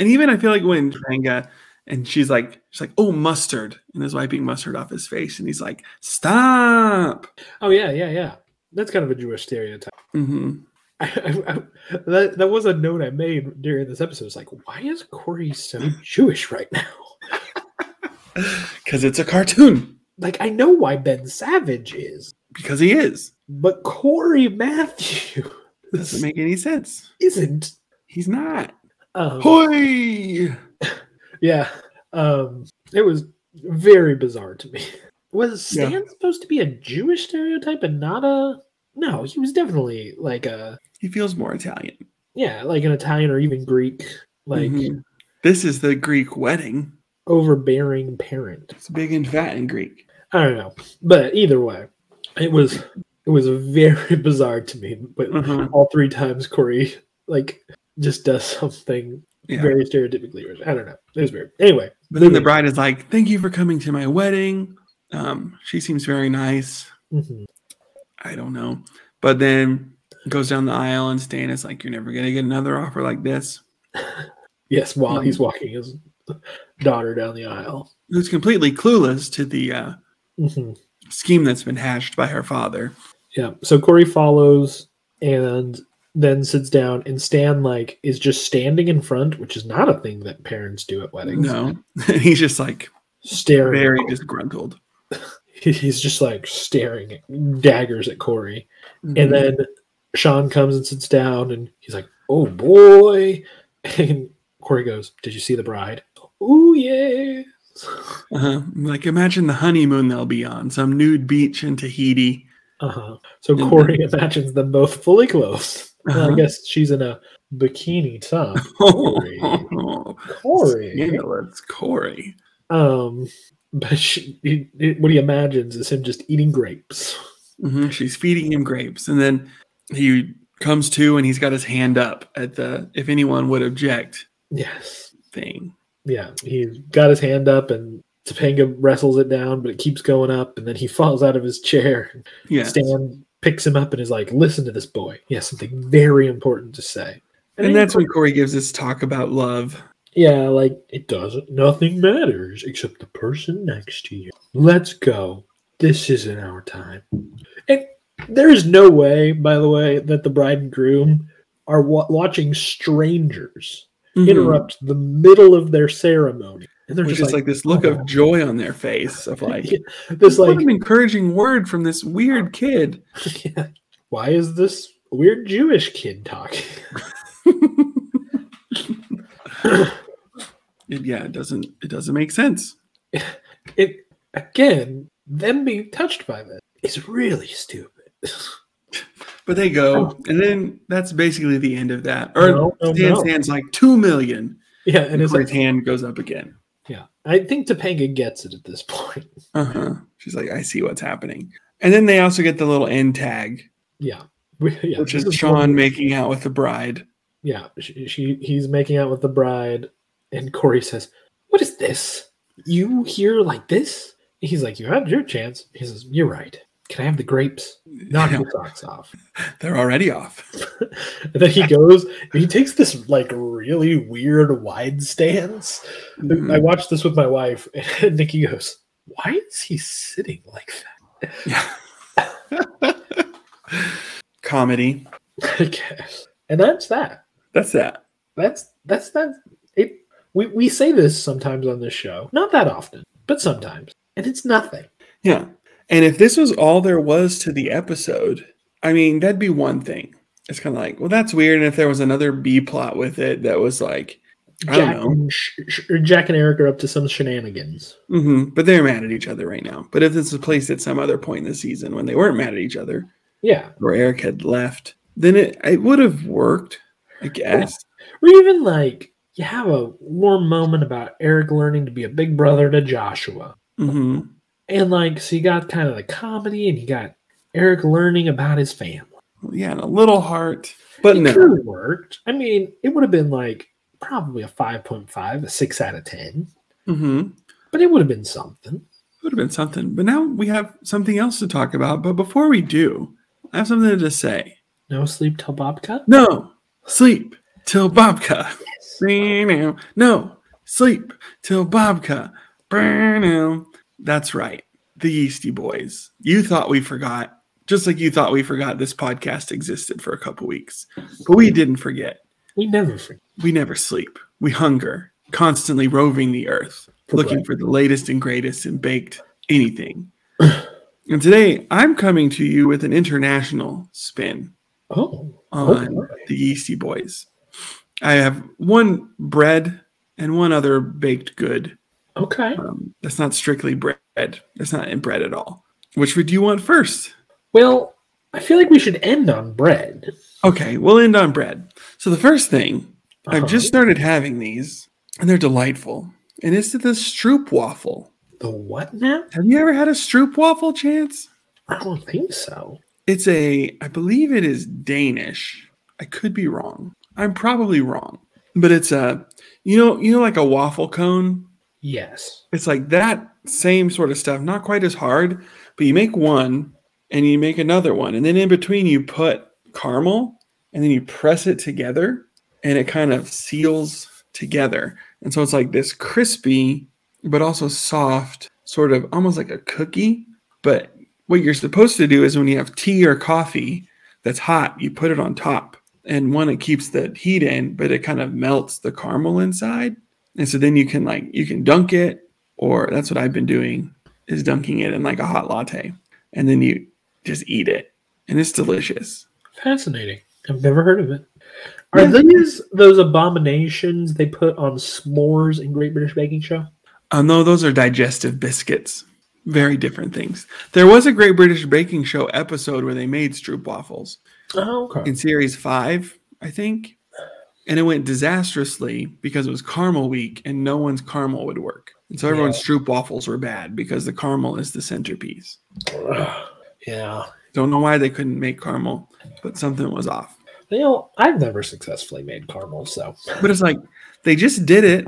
B: And even I feel like when Topanga and she's like, she's like, oh, mustard, and is wiping mustard off his face, and he's like, stop.
A: oh yeah yeah yeah that's kind of a jewish stereotype
B: hmm
A: I, I, I, that, that was a note i made during this episode it's like why is corey so jewish right now
B: Because it's a cartoon.
A: like I know why Ben Savage is,
B: because he is.
A: but Corey Matthew
B: Doesn't make any sense.
A: isn't.
B: He's not. Oh.
A: Um,
B: Hoy!
A: Yeah. Um, it was very bizarre to me. Was
B: Yeah.
A: Stan supposed to be a Jewish stereotype and not a no, he was definitely like a
B: He feels more Italian.
A: yeah, like an Italian or even Greek, like
B: Mhm. this is the Greek wedding.
A: overbearing parent.
B: It's big and fat in Greek.
A: I don't know. But either way, it was it was very bizarre to me. But
B: Uh-huh.
A: all three times Corey like just does something
B: Yeah.
A: very stereotypically. I don't know. It was weird. Anyway,
B: But then the bride is like, "Thank you for coming to my wedding." Um, she seems very nice.
A: mhm.
B: I don't know, but then goes down the aisle and Stan is like, "You're never gonna get another offer like this."
A: yes, while
B: Mhm.
A: he's walking his daughter down the aisle.
B: Who's completely clueless to the uh,
A: hmm
B: scheme that's been hatched by her father.
A: Yeah. So Corey follows and then sits down, and Stan like is just standing in front, which is not a thing that parents do at weddings.
B: No, he's just like
A: staring.
B: very disgruntled.
A: He- He's just like staring at- daggers at Corey, and then Sean comes and sits down, and he's like, "Oh boy," and Corey goes, "Did you see the bride?" Oh yeah.
B: uh like, imagine the honeymoon they'll be on some nude beach in Tahiti.
A: Uh huh. So
B: Mhm.
A: Corey imagines them both fully clothed. Well,
B: Uh-huh.
A: I guess she's in a bikini top. Corey. Corey.
B: Scandalous Corey.
A: Um, but she, he, he- what he imagines is him just eating grapes.
B: hmm She's feeding him grapes, and then he comes to, and he's got his hand up at the "if anyone would object"
A: Yes.
B: thing.
A: Yeah. He's got his hand up and Topanga wrestles it down, but it keeps going up. And then he falls out of his chair.
B: Yeah,
A: Stan picks him up and is like, listen to this boy. He has something very important to say.
B: and
A: then-
B: that's when Corey gives his talk about love.
A: Yeah, like it doesn't. Nothing matters except the person next to you. Let's go. This isn't our time. And there is no way, by the way, that the bride and groom are wa- watching strangers
B: Mhm.
A: interrupt the middle of their ceremony, and Mm-hmm. they're
B: Which
A: just
B: is
A: like,
B: like this look of joy on their face of like,
A: this,
B: what
A: like,
B: an encouraging word from this weird kid.
A: why is this weird Jewish kid talking?
B: It- yeah, it doesn't it doesn't make sense.
A: It again, them being touched by that is really stupid.
B: But they go, and then that's basically the end of that. Or
A: Oh. No, no,
B: Stan
A: no.
B: stands like two million,
A: Yeah,
B: and
A: and it's
B: his
A: like,
B: hand goes up again.
A: yeah, I think Topanga gets it at this point.
B: Uh huh. She's like, I see what's happening. And then they also get the little end tag,
A: Yeah. We- yeah
B: which
A: this
B: is
A: one-
B: Sean making out with the bride.
A: Yeah. She, she he's making out with the bride and Corey says, What is this? You here like this? He's like, You had your chance. He says, You're right. Can I have the grapes? Knock
B: Yeah.
A: your socks off.
B: They're already off.
A: And then he goes and he takes this like really weird wide stance. I
B: Mm-hmm.
A: watched this with my wife, and Nikki goes, Why is he sitting like
B: Yeah. Comedy.
A: that? I guess. And that's that.
B: That's that.
A: That's that's that. It we we say this sometimes on this show, not that often, but sometimes, and it's nothing.
B: Yeah. And if this was all there was to the episode, I mean, that'd be one thing. It's kind of like, well, that's weird. And if there was another B plot with it that was like, I
A: Jack
B: don't know.
A: and Sh- Sh- or Jack and Eric are up to some shenanigans.
B: hmm But they're mad at each other right now. But if this was placed at some other point in the season when they weren't mad at each other,
A: Yeah,
B: or Eric had left, then it, it would have worked, I guess.
A: or even like you have a warm moment about Eric learning to be a big brother to Joshua,
B: hmm
A: and like so you got kind of the comedy, and you got Eric learning about his family.
B: Yeah, and a little heart, but
A: it
B: no.
A: could have worked. I mean, it would have been like probably a five point five, a six out of ten,
B: hmm
A: but it would have been something.
B: Would have been something. But now we have something else to talk about. But before we do, I have something to say.
A: No sleep till Bobcat.
B: No, sleep till Bobka. Meow. No, sleep till Bobka. Meow. That's right. The Yeasty Boys. You thought we forgot, just like you thought we forgot this podcast existed for a couple weeks. But we didn't forget.
A: We never forget.
B: We never sleep. We hunger, constantly roving the earth,
A: For
B: looking
A: bread.
B: for the latest and greatest in baked anything. and today I'm coming to you with an international spin
A: Oh,
B: on
A: okay.
B: the Yeasty Boys. I have one bread and one other baked good.
A: okay.
B: Um, that's not strictly bread. That's not in bread at all. Which would you want first?
A: Well, I feel like we should end on bread.
B: Okay, we'll end on bread. So the first thing I've
A: Uh-huh.
B: just started having these, and they're delightful. And it's the Stroop waffle.
A: the what now?
B: Have you ever had a Stroop waffle, Chance?
A: I don't think so.
B: It's a, I believe it is Danish. I could be wrong. I'm probably wrong, but it's a, you know, you know, like a waffle cone.
A: Yes.
B: It's like that same sort of stuff, not quite as hard, but you make one and you make another one, and then in between you put caramel, and then you press it together, and it kind of seals together, and so it's like this crispy but also soft, sort of almost like a cookie, but what you're supposed to do is when you have tea or coffee that's hot, you put it on top. And one, it keeps the heat in, but it kind of melts the caramel inside. And so then you can like you can dunk it, or that's what I've been doing is dunking it in like a hot latte. And then you just eat it. And it's delicious.
A: Fascinating. I've never heard of it. Are these those abominations they put on s'mores in Great British Baking Show?
B: Um, no, those are digestive biscuits. Very different things. There was a Great British Baking Show episode where they made stroop waffles.
A: Oh, okay.
B: in series five, I think. And it went disastrously because it was caramel week and no one's caramel would work. And so everyone's stroop waffles were bad because the caramel is the centerpiece.
A: Ugh. Yeah.
B: Don't know why they couldn't make caramel, but something was off.
A: Well, I've never successfully made caramel, so
B: But it's like they just did it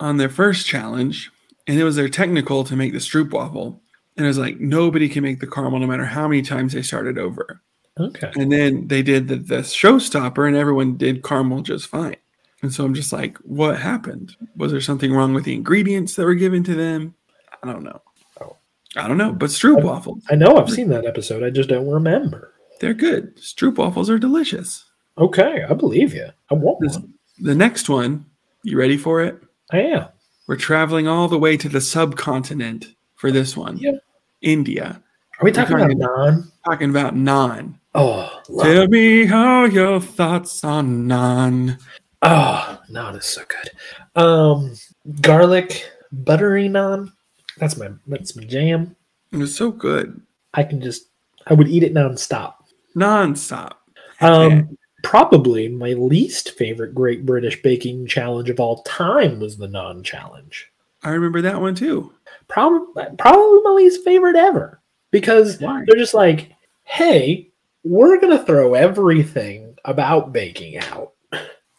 B: on their first challenge and it was their technical to make the stroop waffle. And it was like nobody can make the caramel no matter how many times they started over.
A: okay.
B: And then they did the, the showstopper, and everyone did caramel just fine. And so I'm just like, what happened? Was there something wrong with the ingredients that were given to them? I don't know.
A: Oh.
B: I don't know. But stroop waffles,
A: I know I've seen that episode. I just don't remember.
B: they're good. Stroop waffles are delicious.
A: Okay, I believe you. I want
B: This-
A: one.
B: the next one, you ready for it?
A: I am.
B: We're traveling all the way to the subcontinent for this one.
A: Yep.
B: India.
A: Are we talking about
B: Ricardo.
A: naan?
B: Talking about naan.
A: Oh, love.
B: Tell me how your thoughts on naan.
A: Oh, naan is so good. Um, garlic buttery naan. That's my that's my jam.
B: It was so good.
A: I can just I would eat it nonstop.
B: Nonstop.
A: Um, probably my least favorite Great British Baking Challenge of all time was the naan challenge.
B: I remember that one too.
A: Probably probably my least favorite ever because
B: Why?
A: they're just like, hey, we're gonna throw everything about baking out,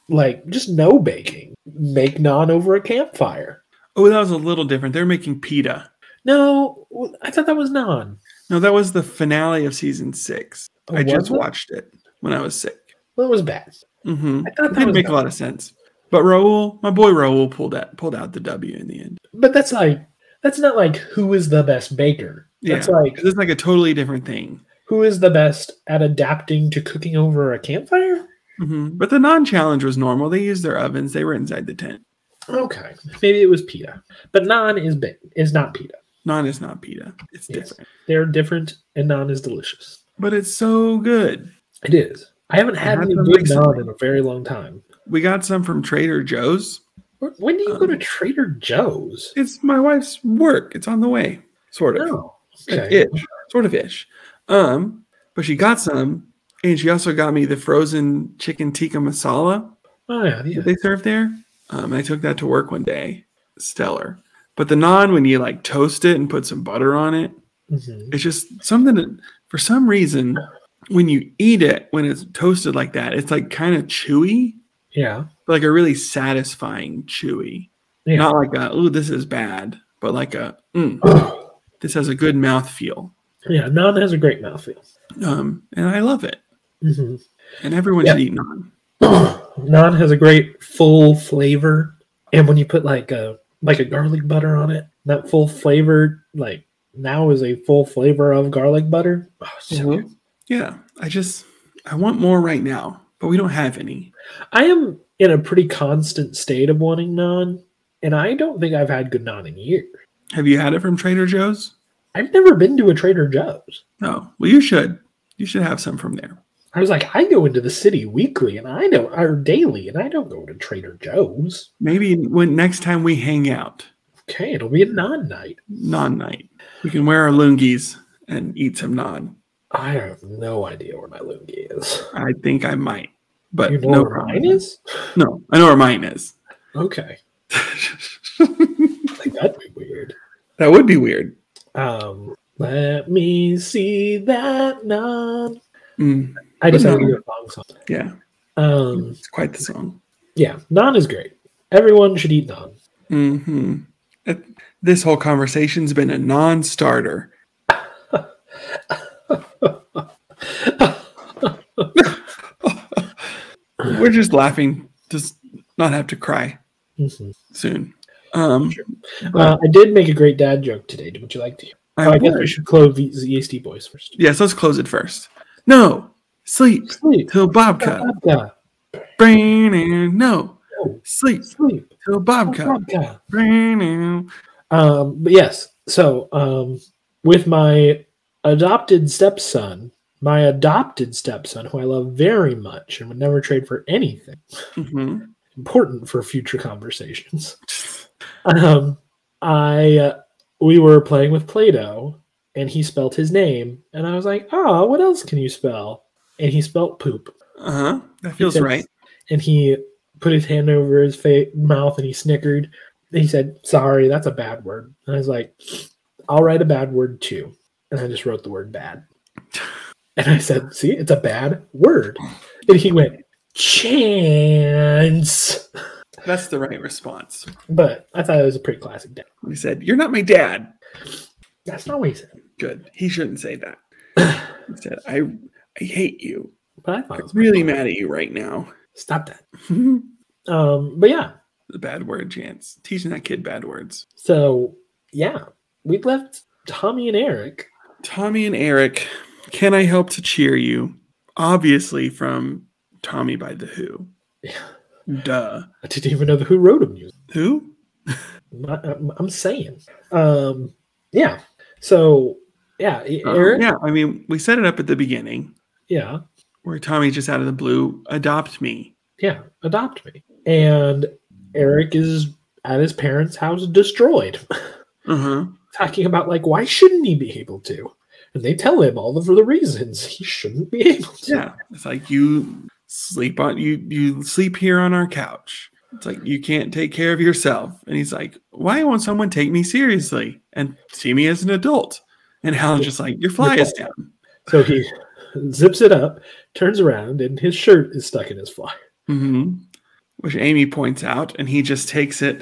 A: like just no baking. Make naan over a campfire.
B: Oh, that was a little different. They're making pita.
A: No, w- I thought that was non.
B: No, that was the finale of season six.
A: Oh,
B: I
A: was
B: just
A: it?
B: watched it when I was sick.
A: Well, it was bad.
B: Mm-hmm.
A: I thought
B: It
A: that
B: didn't
A: was
B: make a lot of sense. But Raul, my boy Raul, pulled out pulled out the W in the end.
A: But that's like that's not like who is the best baker.
B: Yeah,
A: That's like
B: 'Cause it's like a totally different thing.
A: who is the best at adapting to cooking over a campfire.
B: hmm But the non-challenge was normal. They used their ovens. They were inside the tent.
A: Okay, maybe it was pita, but non is ba- is not pita.
B: Non is not pita. It's
A: Yes.
B: different.
A: They're different, and non is delicious.
B: But it's so good.
A: It is. I haven't had
B: had
A: any
B: them
A: good
B: recently.
A: non in a very long time.
B: We got some from Trader Joe's.
A: Wh- When do you go to
B: Um,
A: Trader Joe's?
B: It's my wife's work. It's on the way, sort of.
A: No. Okay.
B: ish, sort of ish. Um, but she got some, and she also got me the frozen chicken tikka masala
A: Oh yeah, yeah.
B: that they serve there. Um, and I took that to work one day. Stellar. But the naan, when you like toast it and put some butter on it,
A: Mhm.
B: it's just something that, for some reason, when you eat it, when it's toasted like that, it's like kind of chewy,
A: Yeah.
B: but like a really satisfying chewy.
A: Yeah.
B: Not like a, oh, this is bad, but like a, mm, this has a good mouth feel.
A: Yeah. Non has a great mouthfeel.
B: Um, and I love it.
A: Mm-hmm.
B: and everyone
A: Yeah.
B: should eat naan.
A: naan has a great full flavor and when you put like a like a garlic butter on it that full flavor like now is a full flavor of garlic butter oh, so
B: Mm-hmm.
A: good.
B: Yeah, I just I want more right now, but we don't have any.
A: i am in a pretty constant state of wanting naan and i don't think i've had good naan in years
B: Have you had it from Trader Joe's?
A: I've never been to a Trader Joe's.
B: Oh, well, you should. You should have some from there.
A: I was like, I go into the city weekly and I don't, or daily, and I don't go to Trader Joe's.
B: Maybe when next time we hang out,
A: Okay, it'll be a non night.
B: non night, we can wear our lungies and eat some non.
A: I have no idea where my loogie is.
B: I think I might, but
A: you know
B: no
A: where mine
B: problem.
A: is?
B: No, I know where mine is.
A: Okay. Like, that'd be weird.
B: that would be weird.
A: Um, let me see that non.
B: Mm,
A: I just
B: But
A: have to
B: non.
A: do a long song.
B: yeah,
A: Um,
B: it's quite the song.
A: yeah, non is great. Everyone should eat non.
B: hmm This whole conversation's been a non-starter. We're just laughing, just not have to cry
A: Mhm.
B: soon. Um,
A: Sure. Uh, I did make a great dad joke today. Would you like to hear?
B: I
A: Oh, I guess
B: would-
A: we should close the EST boys first.
B: Yes, let's close it first. No, sleep
A: Sleep.
B: till Bob cut.
A: Vodka.
B: Brain no,
A: No.
B: sleep
A: Sleep.
B: till Bob cut.
A: Vodka.
B: Brain
A: Um, but yes, so um, with my adopted stepson, my adopted stepson, who I love very much and would never trade for anything,
B: hmm
A: important for future conversations. um, I uh, we were playing with Play-Doh, and he spelt his name, and I was like, "Oh, what else can you spell?" And he spelt poop,
B: Uh huh. That feels
A: Because-
B: right.
A: and he put his hand over his fa- mouth and he snickered. And he said, "Sorry, that's a bad word." And I was like, "I'll write a bad word too," and I just wrote the word bad. And I said, "See, it's a bad word." And he went, "Chance."
B: That's the right response.
A: But I thought it was a pretty classic day.
B: He said, "You're not my dad."
A: That's not what he said.
B: Good. He shouldn't say that. he said, "I I hate you.
A: But I thought it
B: I'm
A: was pretty
B: really
A: cool.
B: mad at you right now."
A: Stop that.
B: the
A: Um, but yeah,
B: bad word chance. Teaching that kid bad words.
A: so yeah, we left Tommy and Eric.
B: Tommy and Eric, can I help to cheer you? Obviously from Tommy by the Who. Duh.
A: I didn't even know who wrote them.
B: Who?
A: My- I'm I'm saying, um, yeah. So yeah, E-
B: Uh,
A: Eric. yeah.
B: yeah, I mean, we set it up at the beginning
A: yeah,
B: where Tommy just out of the blue adopt me.
A: adopt me. And Eric is at his parents' house, destroyed,
B: Uh huh.
A: talking about like why shouldn't he be able to? And they tell him all of the reasons he shouldn't be able to.
B: Yeah, it's like you sleep on you you sleep here on our couch. It's like you can't take care of yourself. And he's like, "Why won't someone take me seriously and see me as an adult?" And Alan's just like, "Your fly is down."
A: So he zips it up, turns around, and his shirt is stuck in his fly.
B: hmm Which Amy points out, and he just takes it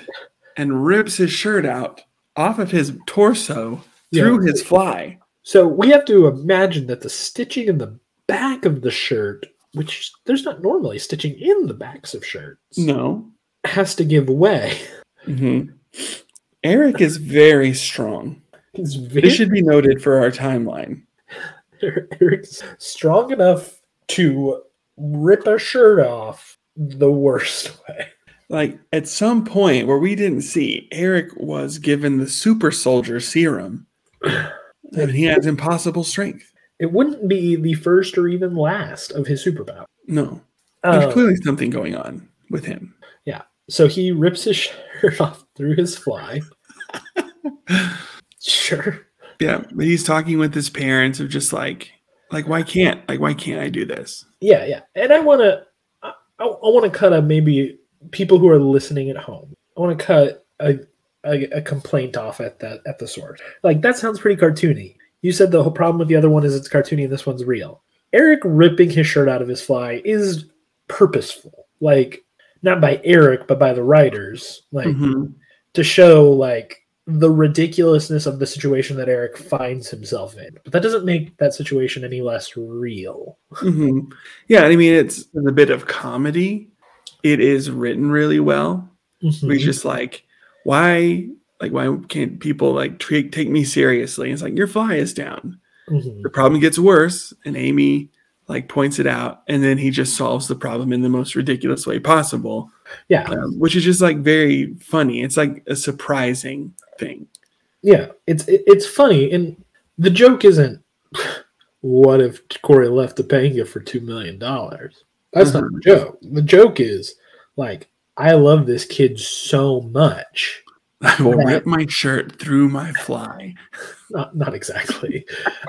B: and rips his shirt out off of his torso through his fly.
A: So we have to imagine that the stitching in the back of the shirt, which there's not normally stitching in the backs of shirts,
B: No,
A: has to give way.
B: hmm Eric is very strong.
A: He's
B: This
A: very,
B: should be noted for our timeline.
A: Eric's strong enough to rip a shirt off the worst way.
B: like at some point where we didn't see eric was given the super soldier serum and he has impossible strength
A: It wouldn't be the first or even last of his superpower.
B: no there's
A: Um,
B: clearly something going on with him
A: so he rips his shirt off through his fly. sure.
B: yeah but he's talking with his parents of just like like why can't like why can't i do this
A: yeah yeah and i want to i, I want to cut a maybe people who are listening at home i want to cut a, a a complaint off at that at the source like that sounds pretty cartoony you said the whole problem with the other one is it's cartoony and this one's real eric ripping his shirt out of his fly is purposeful like not by eric but by the writers like
B: Mhm.
A: to show like the ridiculousness of the situation that eric finds himself in but that doesn't make that situation any less real
B: Mhm. yeah i mean it's a bit of comedy it is written really well we
A: Mhm.
B: just like why like why can't people like tre- take me seriously it's like your fly is down
A: Mhm.
B: the problem gets worse and amy like points it out and then he just solves the problem in the most ridiculous way possible
A: Yeah.
B: um, which is just like very funny it's like a surprising thing
A: yeah, it's it, it's funny, and the joke isn't what if Corey left Topanga for two million dollars. That's not the joke. The joke is like I love this kid so much.
B: I will
A: Right.
B: rip my shirt through my fly.
A: Not not exactly.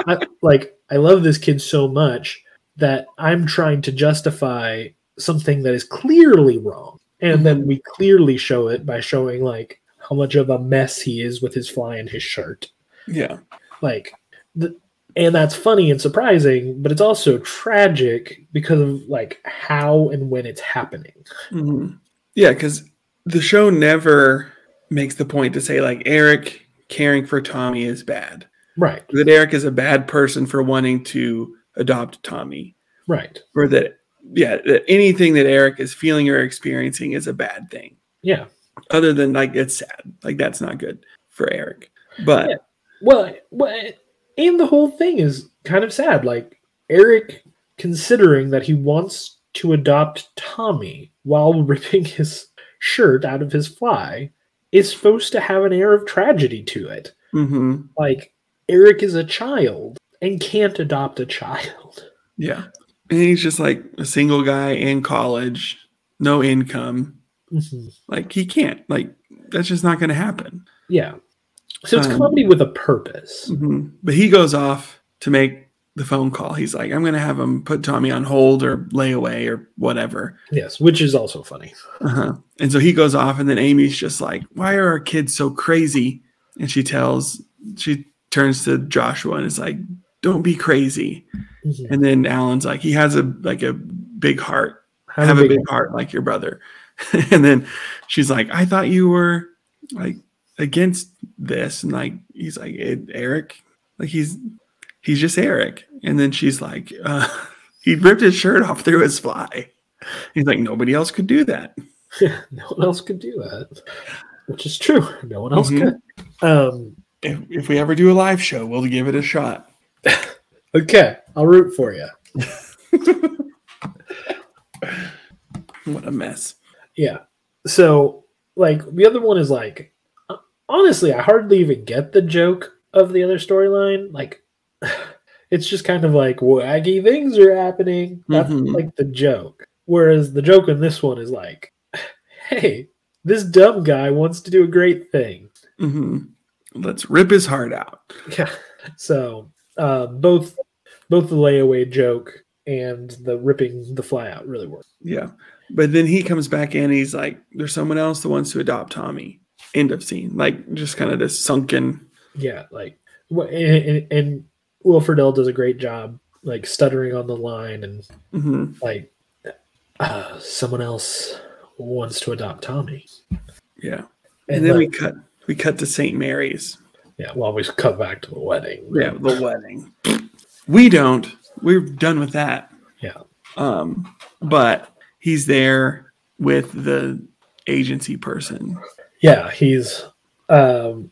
A: I, like I love this kid so much that I'm trying to justify something that is clearly wrong, and then we clearly show it by showing like how much of a mess he is with his fly and his shirt.
B: Yeah.
A: like the, and that's funny and surprising but it's also tragic because of like how and when it's happening
B: Mhm. Yeah, because the show never makes the point to say, like, Eric caring for Tommy is bad.
A: right
B: That Eric is a bad person for wanting to adopt Tommy.
A: right
B: Or that, yeah, that anything that Eric is feeling or experiencing is a bad thing.
A: yeah
B: Other than, like, it's sad. Like, that's not good for Eric. But
A: Yeah. well, well and the whole thing is kind of sad like eric considering that he wants to adopt tommy while ripping his shirt out of his fly is supposed to have an air of tragedy to it
B: mhm.
A: like eric is a child and can't adopt a child
B: yeah. And he's just like a single guy in college, no income.
A: Mhm.
B: Like, he can't. Like, that's just not going to happen.
A: Yeah. So it's
B: Um,
A: comedy with a purpose.
B: Mhm. But he goes off to make the phone call. He's like, I'm going to have him put Tommy on hold or layaway or whatever.
A: Yes, which is also funny.
B: Uh-huh. And so he goes off, and then Amy's just like, Why are our kids so crazy? And she tells, she turns to Joshua and is like, Don't be crazy.
A: Mhm.
B: And then Alan's like, He has a like a big heart
A: Have a
B: have a
A: big-
B: big heart like your brother. and then she's like, I thought you were like against this. And like, he's like, "It- Eric, like he's, he's just Eric. And then she's like, uh, he ripped his shirt off through his fly. He's like, nobody else could do that.
A: no one else could do that, which is true. No one else
B: Mhm.
A: could. Um,
B: If, if we ever do a live show, we'll give it a shot.
A: okay, I'll root for you.
B: What a mess.
A: Yeah. So, like, the other one is like, honestly, I hardly even get the joke of the other storyline. Like, it's just kind of like waggy things are happening. That's
B: Mhm.
A: like the joke. Whereas the joke in this one is like, hey, this dumb guy wants to do a great thing.
B: hmm Let's rip his heart out.
A: Yeah. So uh, both both the layaway joke and the ripping the fly out really work.
B: Yeah. But then he comes back in. He's like, there's someone else that wants to adopt Tommy. End of scene. Like, just kind of this sunken.
A: Yeah, like wh- and, and, and Wilfred L does a great job, like stuttering on the line and
B: Mhm.
A: like uh, someone else wants to adopt Tommy.
B: Yeah. And,
A: And,
B: then we
A: like,
B: cut. We cut to St. Mary's.
A: yeah, well, we cut back to the wedding.
B: Yeah, the wedding. We don't. We're done with that.
A: yeah,
B: Um, but he's there with the agency person.
A: yeah. He's um,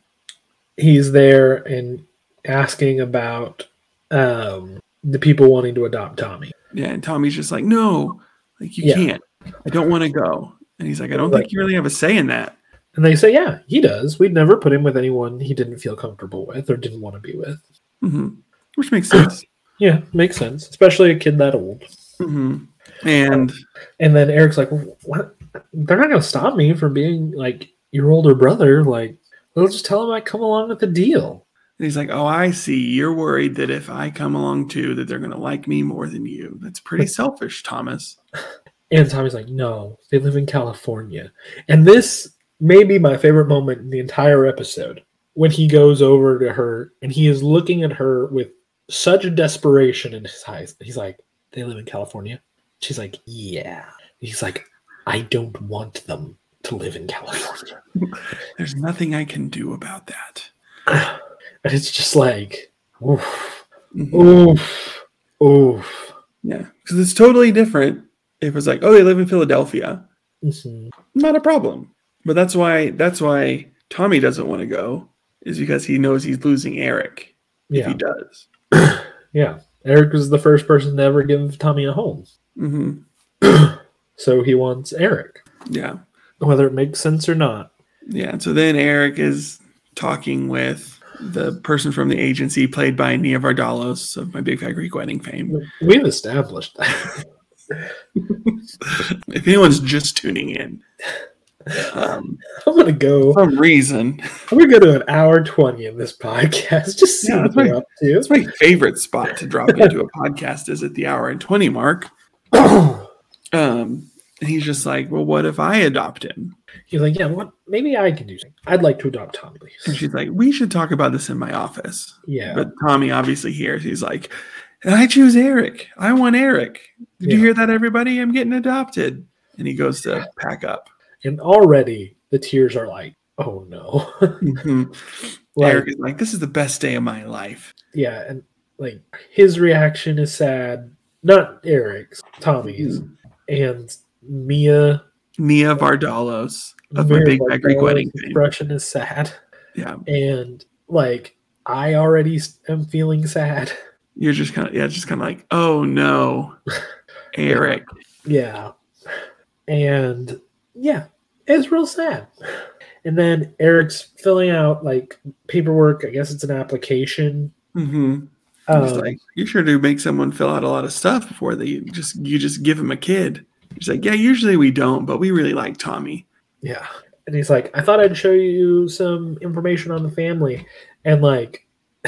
A: he's there and asking about um, the people wanting to adopt Tommy.
B: Yeah, and Tommy's just like, no, like you
A: Yeah.
B: can't. I don't want to go. And he's like, I don't think
A: Like-
B: you really have a say in that.
A: And they say, yeah, he does. We'd never put him with anyone he didn't feel comfortable with or didn't want to be with.
B: hmm Which makes sense.
A: Yeah, makes sense, especially a kid that old.
B: hmm And
A: And then Eric's like, what? They're not going to stop me from being like your older brother. Like, they'll just tell him I come along with the deal.
B: And he's like, "Oh, I see. You're worried that if I come along too, that they're going to like me more than you. That's pretty selfish, Thomas."
A: And Tommy's like, no, they live in California. And this may be my favorite moment in the entire episode when he goes over to her and he is looking at her with such desperation in his eyes. He's like, they live in California? She's like, yeah. He's like, I don't want them to live in California.
B: There's nothing I can do about that.
A: And it's just like, oof,
B: Mhm.
A: oof, oof.
B: Yeah, because it's totally different. If it's like, "Oh, they live in Philadelphia,"
A: Mhm.
B: not a problem. But that's why that's why Tommy doesn't want to go is because he knows he's losing Eric. If
A: Yeah,
B: he does.
A: yeah. Eric was the first person to ever give Tommy a home.
B: hmm
A: So he wants Eric.
B: Yeah,
A: whether it makes sense or not.
B: yeah. So then Eric is talking with the person from the agency played by Nia Vardalos of My Big Fat Greek Wedding fame.
A: We've established that.
B: If anyone's just tuning in, um,
A: I'm gonna go.
B: for some reason,
A: We're going to an hour twenty in this podcast. Just see
B: Yeah,
A: what
B: that's
A: we're up to.
B: it's my favorite spot to drop into a podcast is at the hour and 20 mark. Um, and he's just like, well, what if I adopt him?
A: You're like, yeah, what? Maybe I can do something. I'd like to adopt Tom,
B: And
A: please.
B: she's like, we should talk about this in my office.
A: Yeah,
B: But Tommy obviously hears. He's like, and I choose Eric. I want Eric. Did you
A: Yeah.
B: hear that, everybody? I'm getting adopted. And he goes to pack up.
A: and already the tears are like, oh no. Mm-hmm.
B: Mhm.
A: like,
B: Eric is like, this is the best day of my life.
A: yeah, and like his reaction is sad. Not Eric's, Tommy's,
B: Mm-hmm.
A: and Mia.
B: Nia Vardalos of my
A: Mia
B: Big Fat Greek
A: Barbella's
B: Wedding fame.
A: Expression is sad,
B: Yeah.
A: and like I already s- am feeling sad.
B: You're just kind of, yeah, just kind of like, oh no, Eric.
A: Yeah. And yeah, it's real sad. And then Eric's filling out like paperwork. I guess it's an application.
B: Mm-hmm.
A: Um,
B: He's like, you sure do make someone fill out a lot of stuff before they just, you just give him a kid. He's like, yeah, usually we don't, but we really like Tommy.
A: yeah. And he's like, I thought I'd show you some information on the family. And like,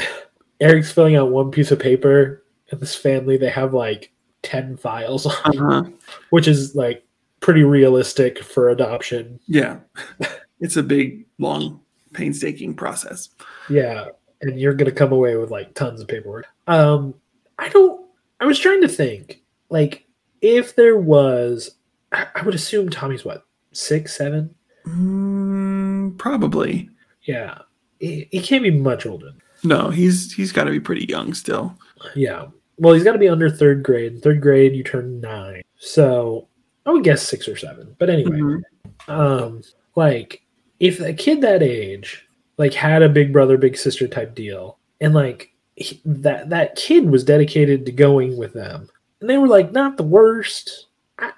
A: Eric's filling out one piece of paper, and this family, they have like 10 files,
B: Uh-huh.
A: which is like pretty realistic for adoption.
B: Yeah. It's a big, long, painstaking process.
A: Yeah, and you're gonna come away with like tons of paperwork. Um, I don't. I was trying to think, like, if there was, I, I would assume Tommy's what six, seven.
B: Mm, probably.
A: Yeah, he, he can't be much older.
B: No, he's he's got to be pretty young still.
A: Yeah, well, he's got to be under third grade. Third grade, you turn nine, so I would guess six or seven. But anyway,
B: Mhm.
A: um, like if a kid that age like had a big brother big sister type deal and like he, that that kid was dedicated to going with them and they were like not the worst i,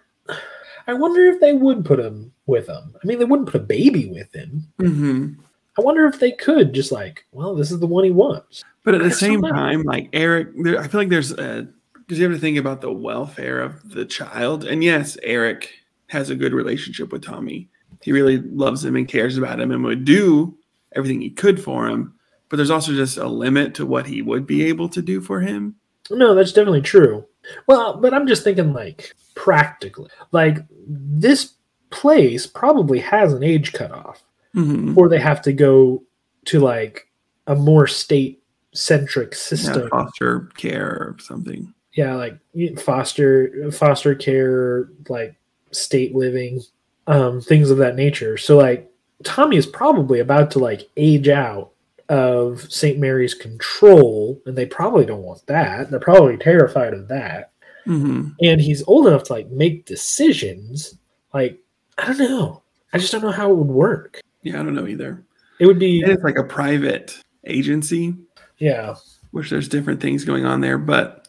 A: I wonder if they would put him with them i mean they wouldn't put a baby with him
B: Mhm.
A: i wonder if they could just like well this is the one he wants
B: But at the
A: That's so
B: same
A: nice.
B: time, like Eric, there, I feel like there's a. Because you have to think about the welfare of the child. And yes, Eric has a good relationship with Tommy. He really loves him and cares about him and would do everything he could for him. But there's also just a limit to what he would be able to do for him.
A: No, that's definitely true. Well, but I'm just thinking like practically. Like this place probably has an age cutoff
B: Mhm.
A: or they have to go to like a more state centric
B: Yeah,
A: system. Yeah.
B: foster care or something.
A: like you- foster foster care, like state living, um, things of that nature. So like Tommy is probably about to like age out of St. Mary's control, and they probably don't want that. They're probably terrified of that.
B: hmm
A: and he's old enough to like make decisions like i don't know i just don't know how it would work
B: Yeah, I don't know either.
A: it would be
B: And it's like a private agency,
A: yeah
B: which there's different things going on there. But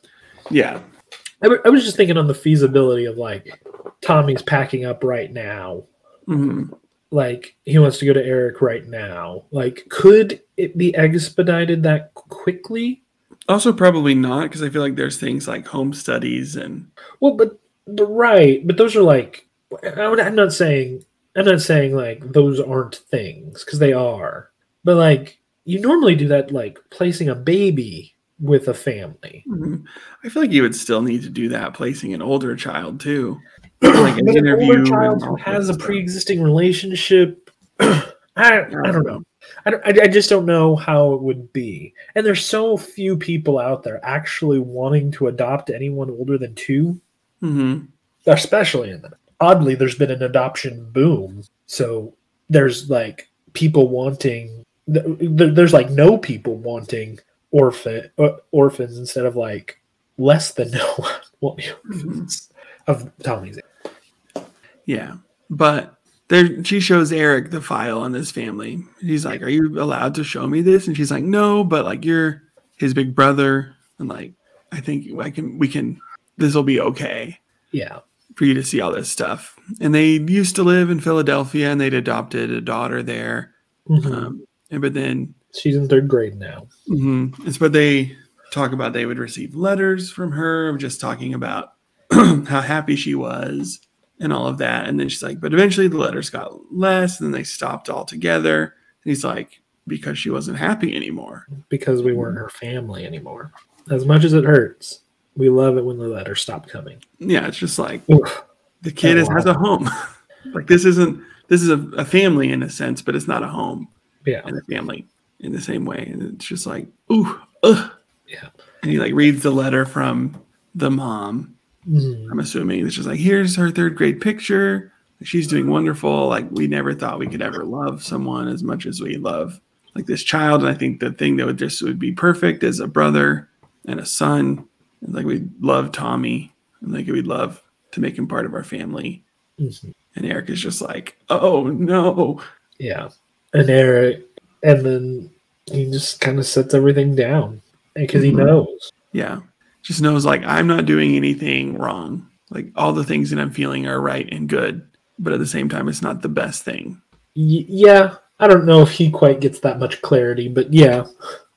B: yeah,
A: I, wa- I was just thinking on the feasibility of like tommy's packing up right now
B: Mhm.
A: like he wants to go to eric right now like could it be expedited that quickly
B: also probably not because I feel like there's things like home studies and
A: well but but right but those are like I would- i'm not saying i'm not saying like those aren't things because they are but like you normally do that like placing a baby with a family
B: Mhm. I feel like you would still need to do that placing an older child too. Like an
A: but an
B: interview
A: older
B: and
A: child
B: all
A: who
B: that
A: has a
B: stuff.
A: pre-existing relationship I, I don't know I, don't, I, I just don't know how it would be and there's so few people out there actually wanting to adopt anyone older than two
B: Mhm.
A: especially in that oddly there's been an adoption boom so there's like people wanting th- th- there's like no people wanting orphan or- orphans instead of like less than no one wanting orphans of tommy's
B: Yeah, but there she shows Eric the file on this family. He's like, "Are you allowed to show me this?" And she's like, "No, but like you're his big brother, and like I think I can we can this will be okay."
A: yeah
B: for you to see all this stuff. And they used to live in Philadelphia and they'd adopted a daughter there.
A: Mhm.
B: Um, And but then
A: She's in third grade now.
B: hmm It's what they talk about. They would receive letters from her of just talking about how happy she was and all of that. And then she's like, but eventually the letters got less. And then they stopped altogether. And he's like, because she wasn't happy anymore.
A: because we weren't her family anymore. As much as it hurts, we love it when the letters stop coming.
B: Yeah, it's just like
A: Oof.
B: the kid is,
A: wow.
B: has a home. like this isn't this is a, a family in a sense, but it's not a home
A: Yeah,
B: and a family in the same way. And it's just like, ooh, ugh.
A: yeah.
B: And he like reads the letter from the mom
A: Mhm.
B: I'm assuming it's just like here's her third grade picture. She's doing wonderful. Like we never thought we could ever love someone as much as we love like this child. And I think the thing that would just would be perfect is a brother and a son. And like we love Tommy and like we'd love to make him part of our family.
A: Mhm.
B: And Eric is just like, oh no.
A: Yeah. And Eric, and then he just kind of sets everything down because he
B: Mhm.
A: knows.
B: Yeah. Just knows like I'm not doing anything wrong. Like all the things that I'm feeling are right and good. But at the same time, it's not the best thing.
A: Y- yeah, I don't know if he quite gets that much clarity, but yeah,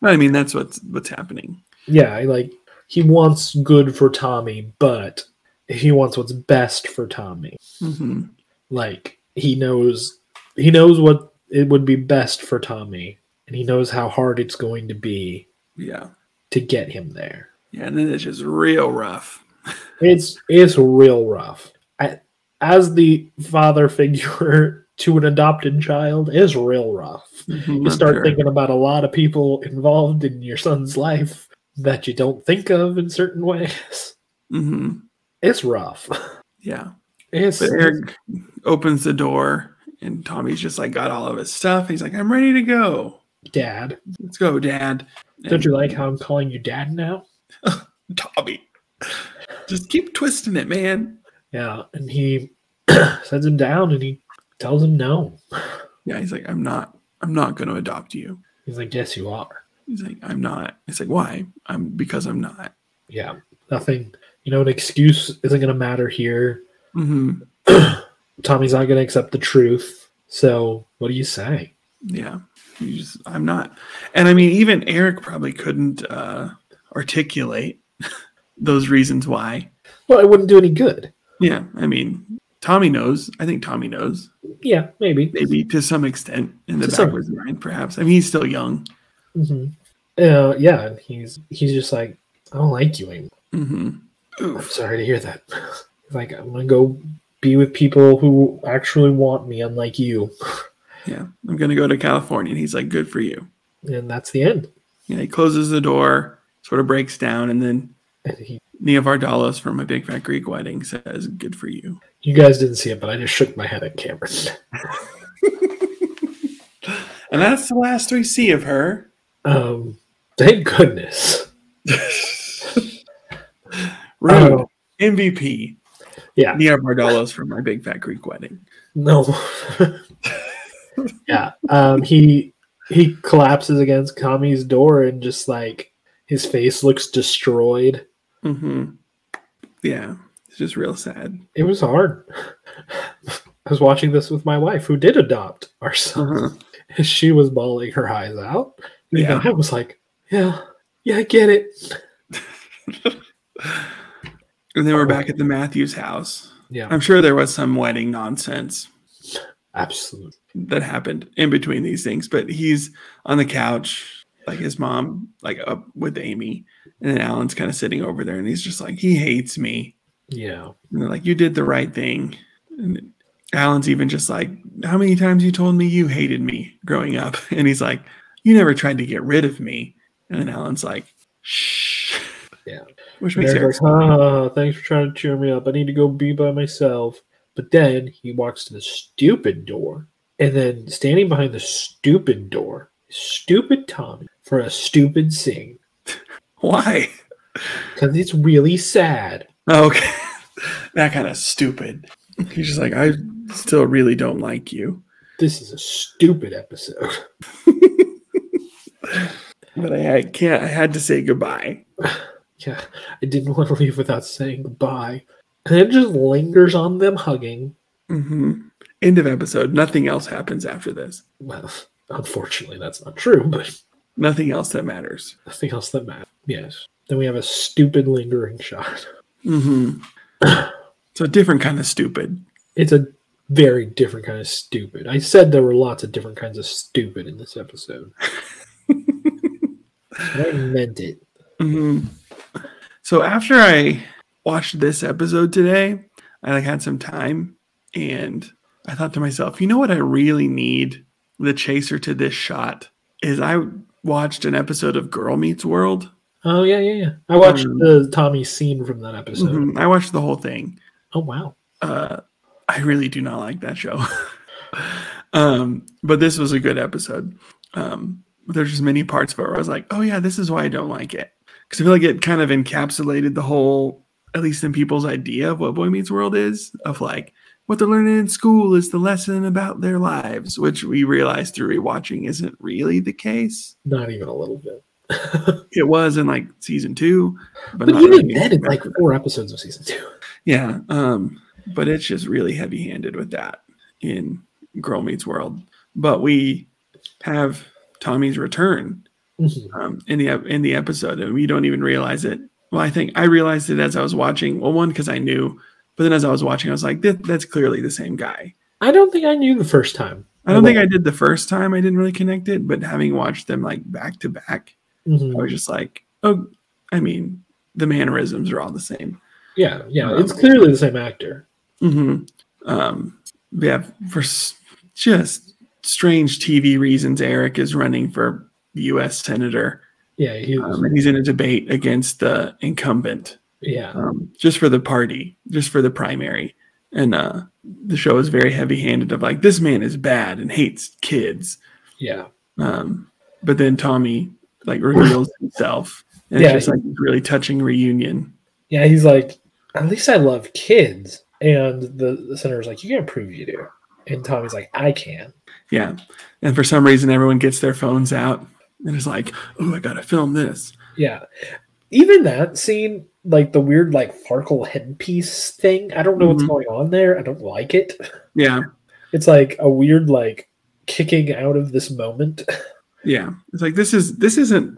B: I mean, that's what's what's happening.
A: yeah. I Like he wants good for Tommy, but he wants what's best for Tommy.
B: hmm
A: like he knows he knows what it would be best for Tommy and he knows how hard it's going to be
B: Yeah.
A: to get him there.
B: Yeah. And then it's just real rough.
A: It's it's real rough. I, as the father figure to an adopted child is real rough. Mm-hmm. You
B: I'm
A: start
B: sure.
A: thinking about a lot of people involved in your son's life that you don't think of in certain ways.
B: Mhm.
A: It's rough.
B: Yeah.
A: It's
B: But Eric opens the door and Tommy's just like got all of his stuff. He's like, I'm ready to go.
A: dad.
B: Let's go, dad.
A: Don't you like how I'm calling you dad now?
B: And Tommy? Just keep twisting it, man.
A: Yeah, and he sets him down and he tells him no.
B: Yeah. He's like, I'm not, I'm not going to adopt you.
A: He's like, Yes, you are.
B: He's like, I'm not. It's like, why? I'm because I'm not.
A: Yeah, nothing. You know, an excuse isn't going to matter here.
B: hmm
A: Tommy's not going to accept the truth. So, what do you say?
B: Yeah. You just, I'm not. And I mean, even Eric probably couldn't uh, articulate those reasons why.
A: Well, it wouldn't do any good.
B: Yeah, I mean, Tommy knows. I think Tommy knows,
A: Yeah, maybe.
B: maybe to some extent in the
A: To
B: back
A: some-
B: of his mind, perhaps. I mean, he's still young.
A: hmm Uh, yeah, and he's he's just like, I don't like you anymore.
B: hmm
A: I'm sorry to hear that. He's like, I'm going to go be with people who actually want me, unlike you.
B: Yeah, I'm gonna go to California. And he's like, "Good for you."
A: And that's the end.
B: Yeah, he closes the door, sort of breaks down, and then
A: And he,
B: Nia Vardalos from A Big Fat Greek Wedding says, "Good for you."
A: you guys didn't see it, but I just shook my head at Cameron.
B: And that's the last we see of her.
A: Um, thank goodness.
B: Rude.
A: Oh,
B: MVP.
A: Yeah.
B: Nia Vardalos from My Big Fat Greek Wedding.
A: no. yeah. Um, he he collapses against Kami's door and just like his face looks destroyed.
B: hmm Yeah, it's just real sad.
A: It was hard. I was watching this with my wife, who did adopt our son.
B: Uh-huh.
A: She was bawling her eyes out. And
B: Yeah.
A: I was like, "Yeah, yeah, I get it."
B: And then we're back at the Matthews house.
A: Yeah,
B: I'm sure there was some wedding nonsense
A: absolutely.
B: that happened in between these things, but he's on the couch, like his mom, like up with Amy, and then Alan's kind of sitting over there, and he's just like, he hates me.
A: Yeah,
B: And they're like, you did the right thing. And Alan's even just like, how many times you told me you hated me growing up? And he's like, you never tried to get rid of me. And then Alan's like, shh.
A: Yeah.
B: Which makes Eric
A: Eric's like, ah, thanks for trying to cheer me up. I need to go be by myself. But then he walks to the stupid door, and then standing behind the stupid door, stupid Tommy for a stupid scene
B: why? Oh,
A: because it's really sad.
B: Okay. that kind of stupid. He's just like, I still really don't like you,
A: This is a stupid episode.
B: but I, I can't. I had to say goodbye.
A: Yeah, I didn't want to leave without saying goodbye. And it just lingers on them hugging.
B: Mm-hmm. hmm End of episode. Nothing else happens after this.
A: Well, Unfortunately, that's not true, but
B: Nothing else that matters.
A: nothing else that matters. Yes. Then we have a stupid lingering shot.
B: Mm-hmm. It's a different kind of stupid.
A: It's a very different kind of stupid. I said there were lots of different kinds of stupid in this episode. But I meant it.
B: hmm So after I watched this episode today, I like had some time, and I thought to myself, you know what I really need the chaser to this shot is I watched an episode of Girl Meets World.
A: Oh yeah, yeah, yeah. I watched
B: Um,
A: the Tommy scene from that episode.
B: Mhm. I watched the whole thing.
A: Oh wow.
B: uh, I really do not like that show. um, but this was a good episode. Um, there's just many parts of it where I was like, oh yeah, this is why I don't like it. Because I feel like it kind of encapsulated the whole, at least in people's idea of what Boy Meets World is, of like what they're learning in school is the lesson about their lives, which we realized through rewatching isn't really the case.
A: Not even a little bit.
B: It was in like season two, but,
A: But
B: not
A: even
B: really.
A: then, it's like four episodes of season two.
B: Yeah, um, but it's just really heavy-handed with that in Girl Meets World. But we have Tommy's return
A: Mhm.
B: um, in the ep- in the episode, and we don't even realize it. Well, I think I realized it as I was watching. Well, one because I knew, but then as I was watching, I was like, "That- "That's clearly the same guy."
A: I don't think I knew the first time.
B: I don't think I did the first time. I didn't really connect it, but having watched them like back to back, I
A: Mhm.
B: was just like, "Oh, I mean, the mannerisms are all the same."
A: Yeah, yeah.
B: Um,
A: It's clearly the same actor.
B: hmm Um, yeah, for s- just strange TV reasons, Eric is running for U.S. senator,
A: Yeah, he was,
B: um, and he's in a debate against the incumbent,
A: yeah.
B: um, just for the party, just for the primary. And uh, the show is very heavy-handed of like this man is bad and hates kids.
A: Yeah.
B: Um, but then Tommy like reveals himself, and
A: Yeah.
B: it's just like this really touching reunion.
A: Yeah, he's like, at least I love kids. And the, the senator's like, you can't prove you do. And Tommy's like, I can.
B: Yeah. And for some reason, everyone gets their phones out and is like, oh, I got to film this.
A: Yeah. Even that scene, like the weird like Farkle headpiece thing, I don't know what's
B: Mhm.
A: going on there. I don't like it.
B: Yeah.
A: It's like a weird like kicking out of this moment.
B: Yeah. It's like, this is, this isn't,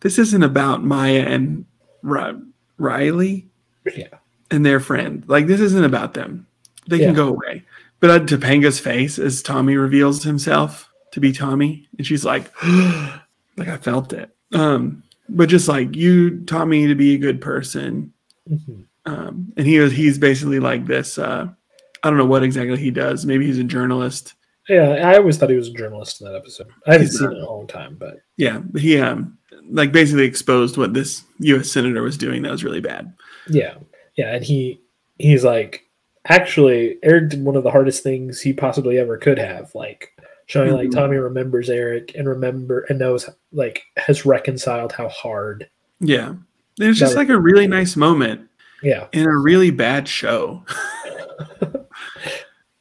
B: this isn't about Maya and Ri- Riley
A: yeah.
B: and their friend. Like, this isn't about them. They
A: Yeah.
B: can go away. But uh, Topanga's face as Tommy reveals himself to be Tommy. And she's like, like, I felt it. Um, but just like you taught me to be a good person.
A: Mhm.
B: um, and he was he's basically like this. Uh, I don't know what exactly he does. Maybe he's a journalist.
A: Yeah. I always thought he was a journalist in that episode. I haven't
B: He's
A: seen
B: not.
A: it in a long time, but
B: Yeah, but he um, like basically exposed what this U.S. senator was doing that was really bad.
A: yeah. Yeah. And he he's like, actually, Eric did one of the hardest things he possibly ever could have, like showing like
B: Mhm.
A: Tommy remembers Eric and remember and knows like has reconciled how hard.
B: Yeah, it was
A: That
B: just
A: was-
B: like a really nice moment
A: Yeah.
B: in a really bad show.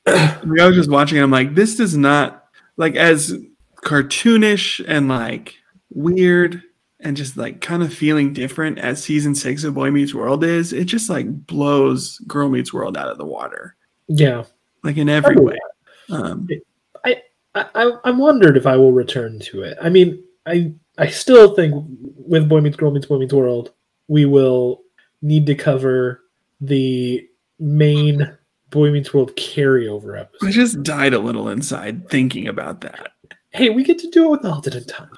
B: like I was just watching, and I'm like, this does not like as cartoonish and like weird and just like kind of feeling different as season six of Boy Meets World is. It just like blows Girl Meets World out of the water,
A: Yeah.
B: like in every
A: Oh,
B: way. Um,
A: I, I I wondered if I will return to it. I mean, I I still think with Boy Meets Girl Meets Boy Meets World, we will need to cover the main Boy Meets World carryover
B: I
A: episode.
B: just died a little inside thinking about that.
A: Hey, we get to do it with Alden and Tom.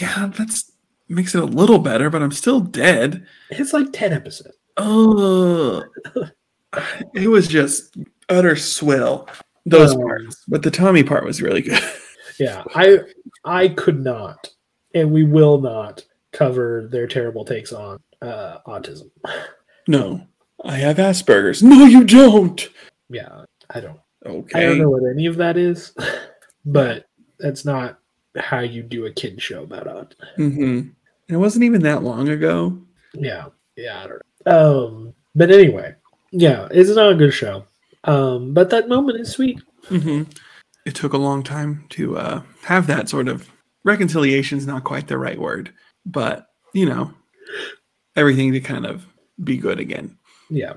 B: Yeah, that's makes it a little better, but I'm still dead.
A: It's like ten episodes.
B: Oh, it was just utter swill. Those
A: Um,
B: parts, but the Tommy part was really good.
A: Yeah, I I could not, and we will not cover their terrible takes on uh, autism.
B: No, I have Asperger's. No, you don't.
A: Yeah, I don't.
B: Okay.
A: I don't know what any of that is, but that's not how you do a kid show about autism.
B: Mhm. It wasn't even that long ago.
A: Yeah, yeah, I don't know. Um, but anyway, yeah, it's not a good show. Um, but that moment is sweet.
B: Mm-hmm. It took a long time to uh, have that sort of reconciliation's not quite the right word, but you know, everything to kind of be good again.
A: Yeah,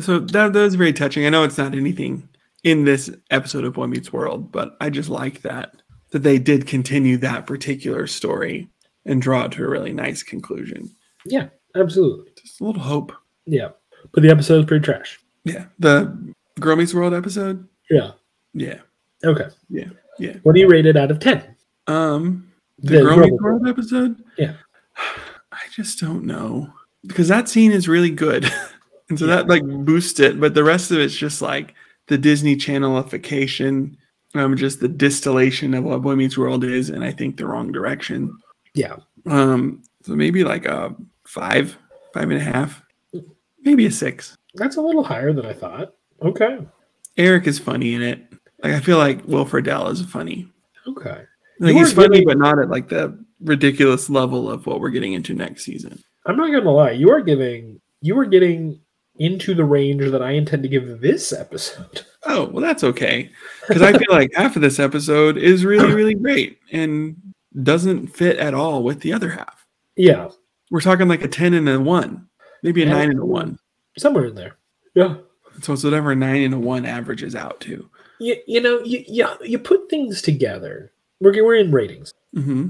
B: So that, that was very touching. I know it's not anything in this episode of Boy Meets World, but I just like that that they did continue that particular story and draw it to a really nice conclusion.
A: Yeah, absolutely.
B: Just a little hope.
A: Yeah. But the episode's pretty trash.
B: Yeah. The Girl Meets World episode.
A: Yeah.
B: Yeah.
A: Okay.
B: Yeah, yeah.
A: What do you rate it out of 10?
B: Um the,
A: The
B: Girl
A: Girl
B: Meets
A: Meets
B: World episode?
A: Yeah.
B: I just don't know. Because that scene is really good. and so that like boosts it, but the rest of it's just like the Disney channelification, um just the distillation of what Boy Meets World is and I think the wrong direction.
A: Yeah.
B: Um so maybe like a five, five and a half, maybe a six.
A: That's a little higher than I thought. Okay.
B: Eric is funny in it. Like I feel like Will Friedle is funny.
A: Okay.
B: Like
A: You weren't
B: he's funny,
A: really-
B: but not at like the ridiculous level of what we're getting into next season.
A: I'm not gonna lie, you are giving you are getting into the range that I intend to give this episode.
B: Oh well, that's okay because I feel like half of this episode is really, really great and doesn't fit at all with the other half.
A: Yeah.
B: We're talking like a ten and a one, maybe a
A: Yeah.
B: nine and a one.
A: Somewhere in there. Yeah.
B: So it's whatever a nine and a one averages out to.
A: You, you know, you, you you put things together. We're we're in ratings.
B: hmm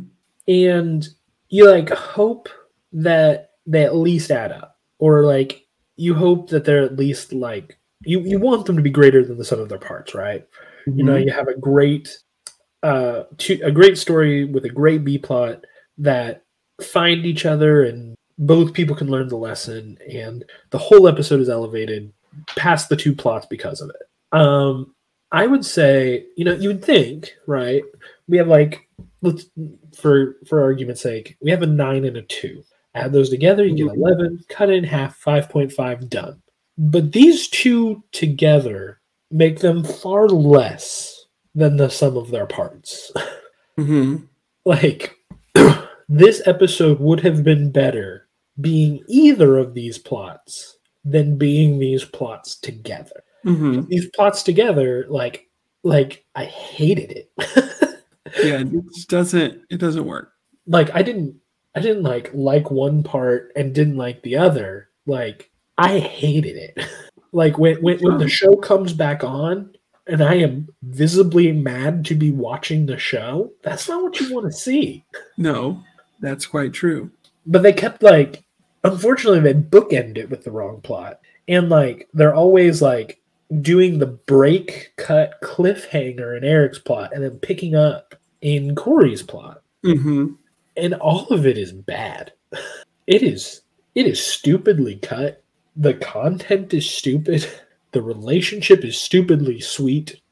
A: And you like hope that they at least add up. Or like you hope that they're at least like you, you want them to be greater than the sum of their parts, right? you know you have a great uh two, a great story with a great b plot that find each other and both people can learn the lesson and the whole episode is elevated past the two plots because of it um i would say you know you would think right we have like let's for for argument's sake we have a nine and a two add those together you get 11 cut it in half 5.5 done but these two together make them far less than the sum of their parts.
B: hmm
A: like, this episode would have been better being either of these plots than being these plots together.
B: hmm
A: These plots together, like, like I hated it.
B: Yeah, it just doesn't. It doesn't work.
A: like I didn't, I didn't like like one part and didn't like the other. Like I hated it. like when when, when the show comes back on and I am visibly mad to be watching the show, that's not what you want to see.
B: No, that's quite true.
A: But they kept like, unfortunately, they bookend it with the wrong plot, and like they're always like doing the break cut cliffhanger in Eric's plot and then picking up in Corey's plot.
B: hmm
A: and all of it is bad. It is it is stupidly cut. The content is stupid. The relationship is stupidly sweet.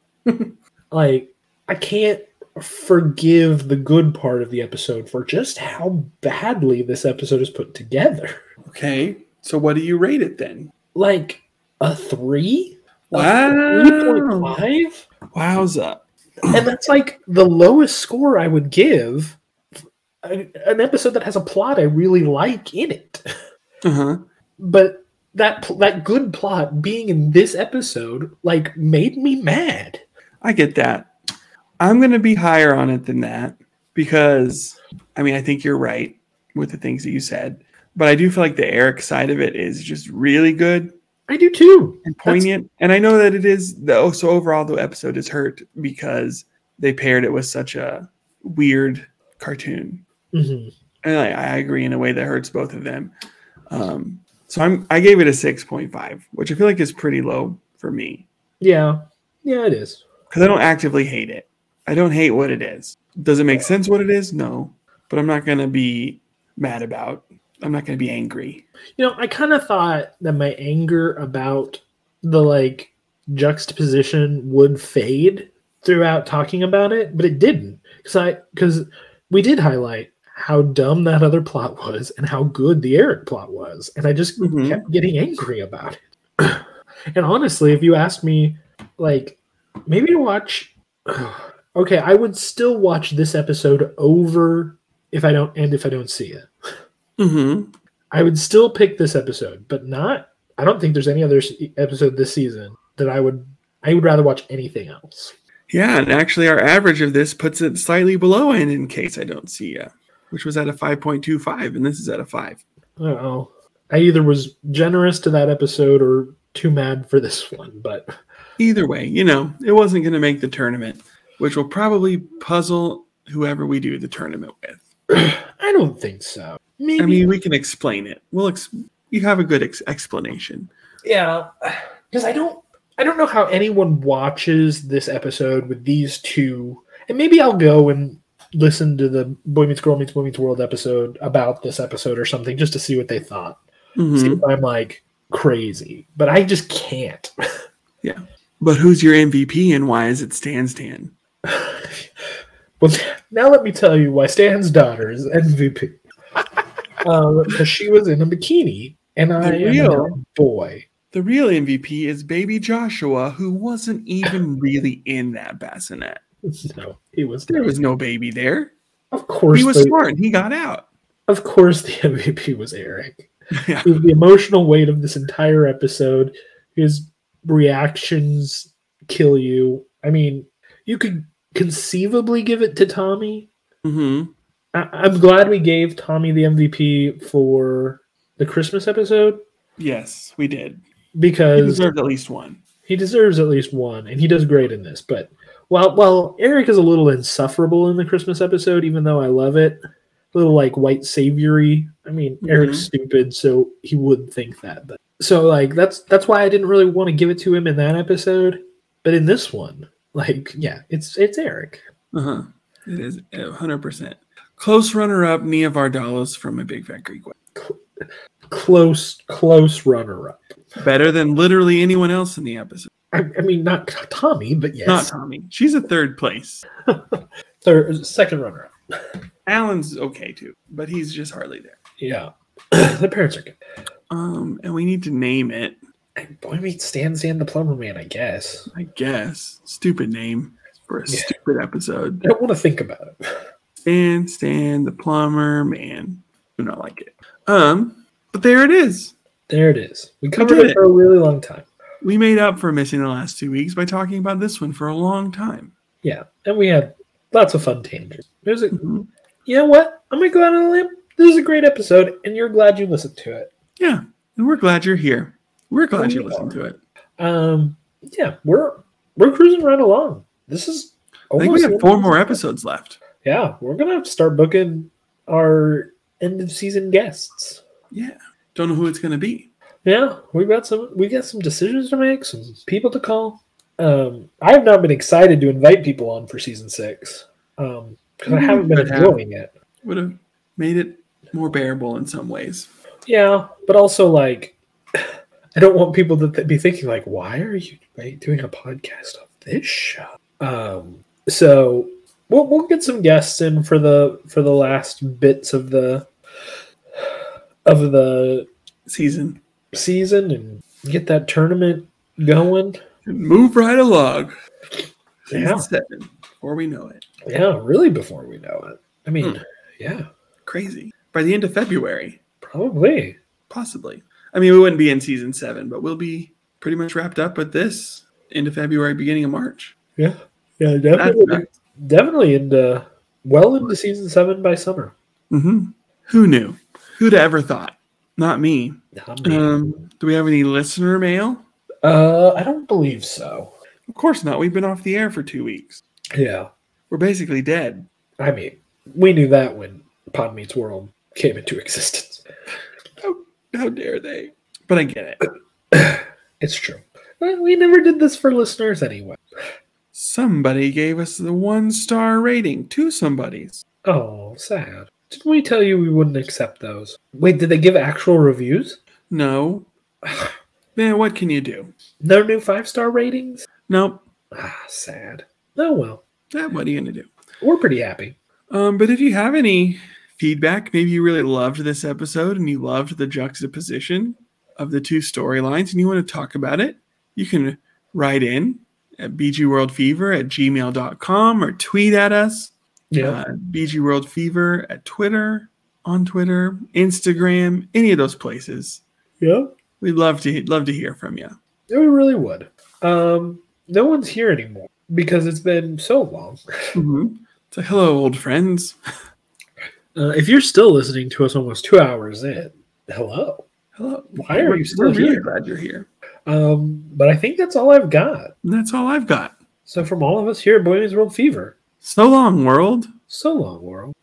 A: like I can't forgive the good part of the episode for just how badly this episode is put together.
B: Okay, so what do you rate it then?
A: Like a 3?
B: Wow.
A: 3.5?
B: Wowza.
A: and that's like the lowest score I would give a- an episode that has a plot I really like in it.
B: Uh huh.
A: but that pl- that good plot being in this episode like made me mad.
B: I get that. I'm going to be higher on it than that because I mean, I think you're right with the things that you said, but I do feel like the Eric side of it is just really good
A: I do too.
B: and
A: That's-
B: poignant. and I know that it is, though. So overall, the episode is hurt because they paired it with such a weird cartoon.
A: Mhm.
B: And I, I agree in a way that hurts both of them. Um, so I'm, I gave it a 6.5, which I feel like is pretty low for me.
A: Yeah, yeah, it is.
B: because I don't actively hate it. I don't hate what it is. Does it make sense what it is? No, but I'm not gonna be mad about. I'm not gonna be angry.
A: You know, I kind of thought that my anger about the like juxtaposition would fade throughout talking about it, but it didn't because I because we did highlight how dumb that other plot was and how good the Eric plot was, and I just
B: Mhm.
A: kept getting angry about it. and honestly, if you ask me, like maybe to watch, okay, I would still watch this episode over if I don't and if I don't see it.
B: Mm-hmm.
A: I would still pick this episode, but not. I don't think there's any other se- episode this season that I would. I would rather watch anything else.
B: Yeah, and actually, our average of this puts it slightly below and in case I don't see ya, which was at a 5.25, and this is at a five.
A: I don't know. I either was generous to that episode or too mad for this one, but
B: Either way, you know, it wasn't gonna make the tournament. which will probably puzzle whoever we do the tournament with.
A: I don't think so. Maybe.
B: I mean, we can explain it. We'll ex- you have a good ex- explanation.
A: yeah, because I don't, I don't know how anyone watches this episode with these two. And maybe I'll go and listen to the Boy Meets Girl Meets Boy Meets World episode about this episode or something, just to see what they thought. See
B: Mhm.
A: if I'm like crazy, but I just can't.
B: But who's your MVP and why is it Stan Stan?
A: Well, now let me tell you why Stan's daughter is MVP. Because Um, she was in a bikini, and I am
B: real.
A: a boy.
B: The real MVP is baby Joshua, who wasn't even really in that bassinet.
A: No, he was.
B: There was no baby there.
A: of course,
B: He was
A: the,
B: smart and he got out.
A: of course, the MVP was Eric.
B: Yeah.
A: It was the emotional weight of this entire episode, his reactions kill you. I mean, you could conceivably give it to Tommy.
B: hmm
A: I, I'm glad we gave Tommy the MVP for the Christmas episode
B: Yes, we did. He
A: because
B: deserved at least one.
A: he deserves at least one, and he does great in this. But while while Eric is a little insufferable in the Christmas episode, even though I love it, a little like white saviory. I mean, Eric's stupid, so he would think that. But so like that's that's why I didn't really want to give it to him in that episode. But in this one, like yeah, it's it's Eric.
B: Uh-huh. It is uh, 100%. Close runner up, Nia Vardalos from A Big Fat Greek Wedding.
A: Close close runner up.
B: Better than literally anyone else in the episode.
A: I, I mean, not Tommy, but yes,
B: Not Tommy. She's a third place.
A: third second runner up.
B: Alan's okay too, but he's just hardly there.
A: Yeah, the parents are good.
B: Um, and we need to name it,
A: And Boy meets Stan Stan the plumber man, I guess.
B: I guess. Stupid name for a
A: Yeah.
B: stupid episode.
A: I don't want to think about it.
B: Stan, Stan, the plumber, man. Do not like it. Um, but there it is.
A: There it is. We covered
B: did
A: it
B: it.
A: for a really long time.
B: We made up for missing the last two weeks by talking about this one for a long time.
A: Yeah, and we had lots of fun tangents. There's a, you know what? I'm gonna go out on a limb. This is a great episode, and you're glad you listened to it.
B: Yeah, and we're glad you're here. We're glad you
A: We
B: listened to it.
A: Um, yeah, we're we're cruising right along. This is
B: I think
A: almost
B: we
A: the
B: have
A: end
B: four
A: of
B: more
A: the-
B: episodes left.
A: Yeah, we're gonna have to start booking our end of season guests.
B: Yeah, don't know who it's gonna be.
A: Yeah, we got some we got some decisions to make, some people to call. Um, I have not been excited to invite people on for season six because I
B: Mhm.
A: haven't been
B: Good have.
A: enjoying it.
B: Would have made it more bearable in some ways.
A: Yeah, but also like, I don't want people to th- be thinking like, why are you like, doing a podcast of this show? Um, so we'll we'll get some guests in for the for the last bits of the of the
B: Season.
A: season and get that tournament going.
B: Move right along.
A: Yeah.
B: Season seven. Before we know it.
A: Yeah, really. Before we know it, I mean,
B: Hmm.
A: yeah,
B: Crazy. By the end of February,
A: probably.
B: possibly. I mean, we wouldn't be in season seven, but we'll be pretty much wrapped up with this end of February, beginning of March.
A: Yeah, yeah,
B: That's
A: definitely,
B: nice.
A: definitely into well into season seven by summer.
B: hmm Who knew? Who'd ever thought? Not me. Um, do we have any listener mail?
A: Uh, I don't believe so.
B: Of course not. We've been off the air for two weeks.
A: Yeah,
B: We're basically dead.
A: I mean, we knew that when Pod Meets World came into existence.
B: How dare they? But I get it.
A: It's true. But We never did this for listeners anyway.
B: Somebody gave us the one star rating. Two somebodies.
A: Oh, sad. Did we tell you we wouldn't accept those? Wait, did they give actual reviews?
B: No. Man, what can you do?
A: No new five star ratings?
B: Nope.
A: Ah, sad. Oh well,
B: That what are you gonna do?
A: we're pretty happy.
B: Um, but if you have any feedback, maybe you really loved this episode and you loved the juxtaposition of the two storylines and you want to talk about it, you can write in at bgworldfever at gmail.com or tweet at us.
A: Yeah,
B: Uh, bgworldfever at Twitter, on Twitter, Instagram, any of those places.
A: yeah,
B: We'd love to love to hear from you.
A: yeah, we really would. Um, no one's here anymore because it's been so long. Mm-hmm.
B: So hello, old friends.
A: Uh, if you're still listening to us almost two hours in, hello.
B: Hello.
A: Why are you still
B: We're really
A: here?
B: glad you're here.
A: Um, but I think that's all I've got.
B: And that's all I've got.
A: So from all of us here at Boy Meets World Fever,
B: So long, world.
A: so long, world.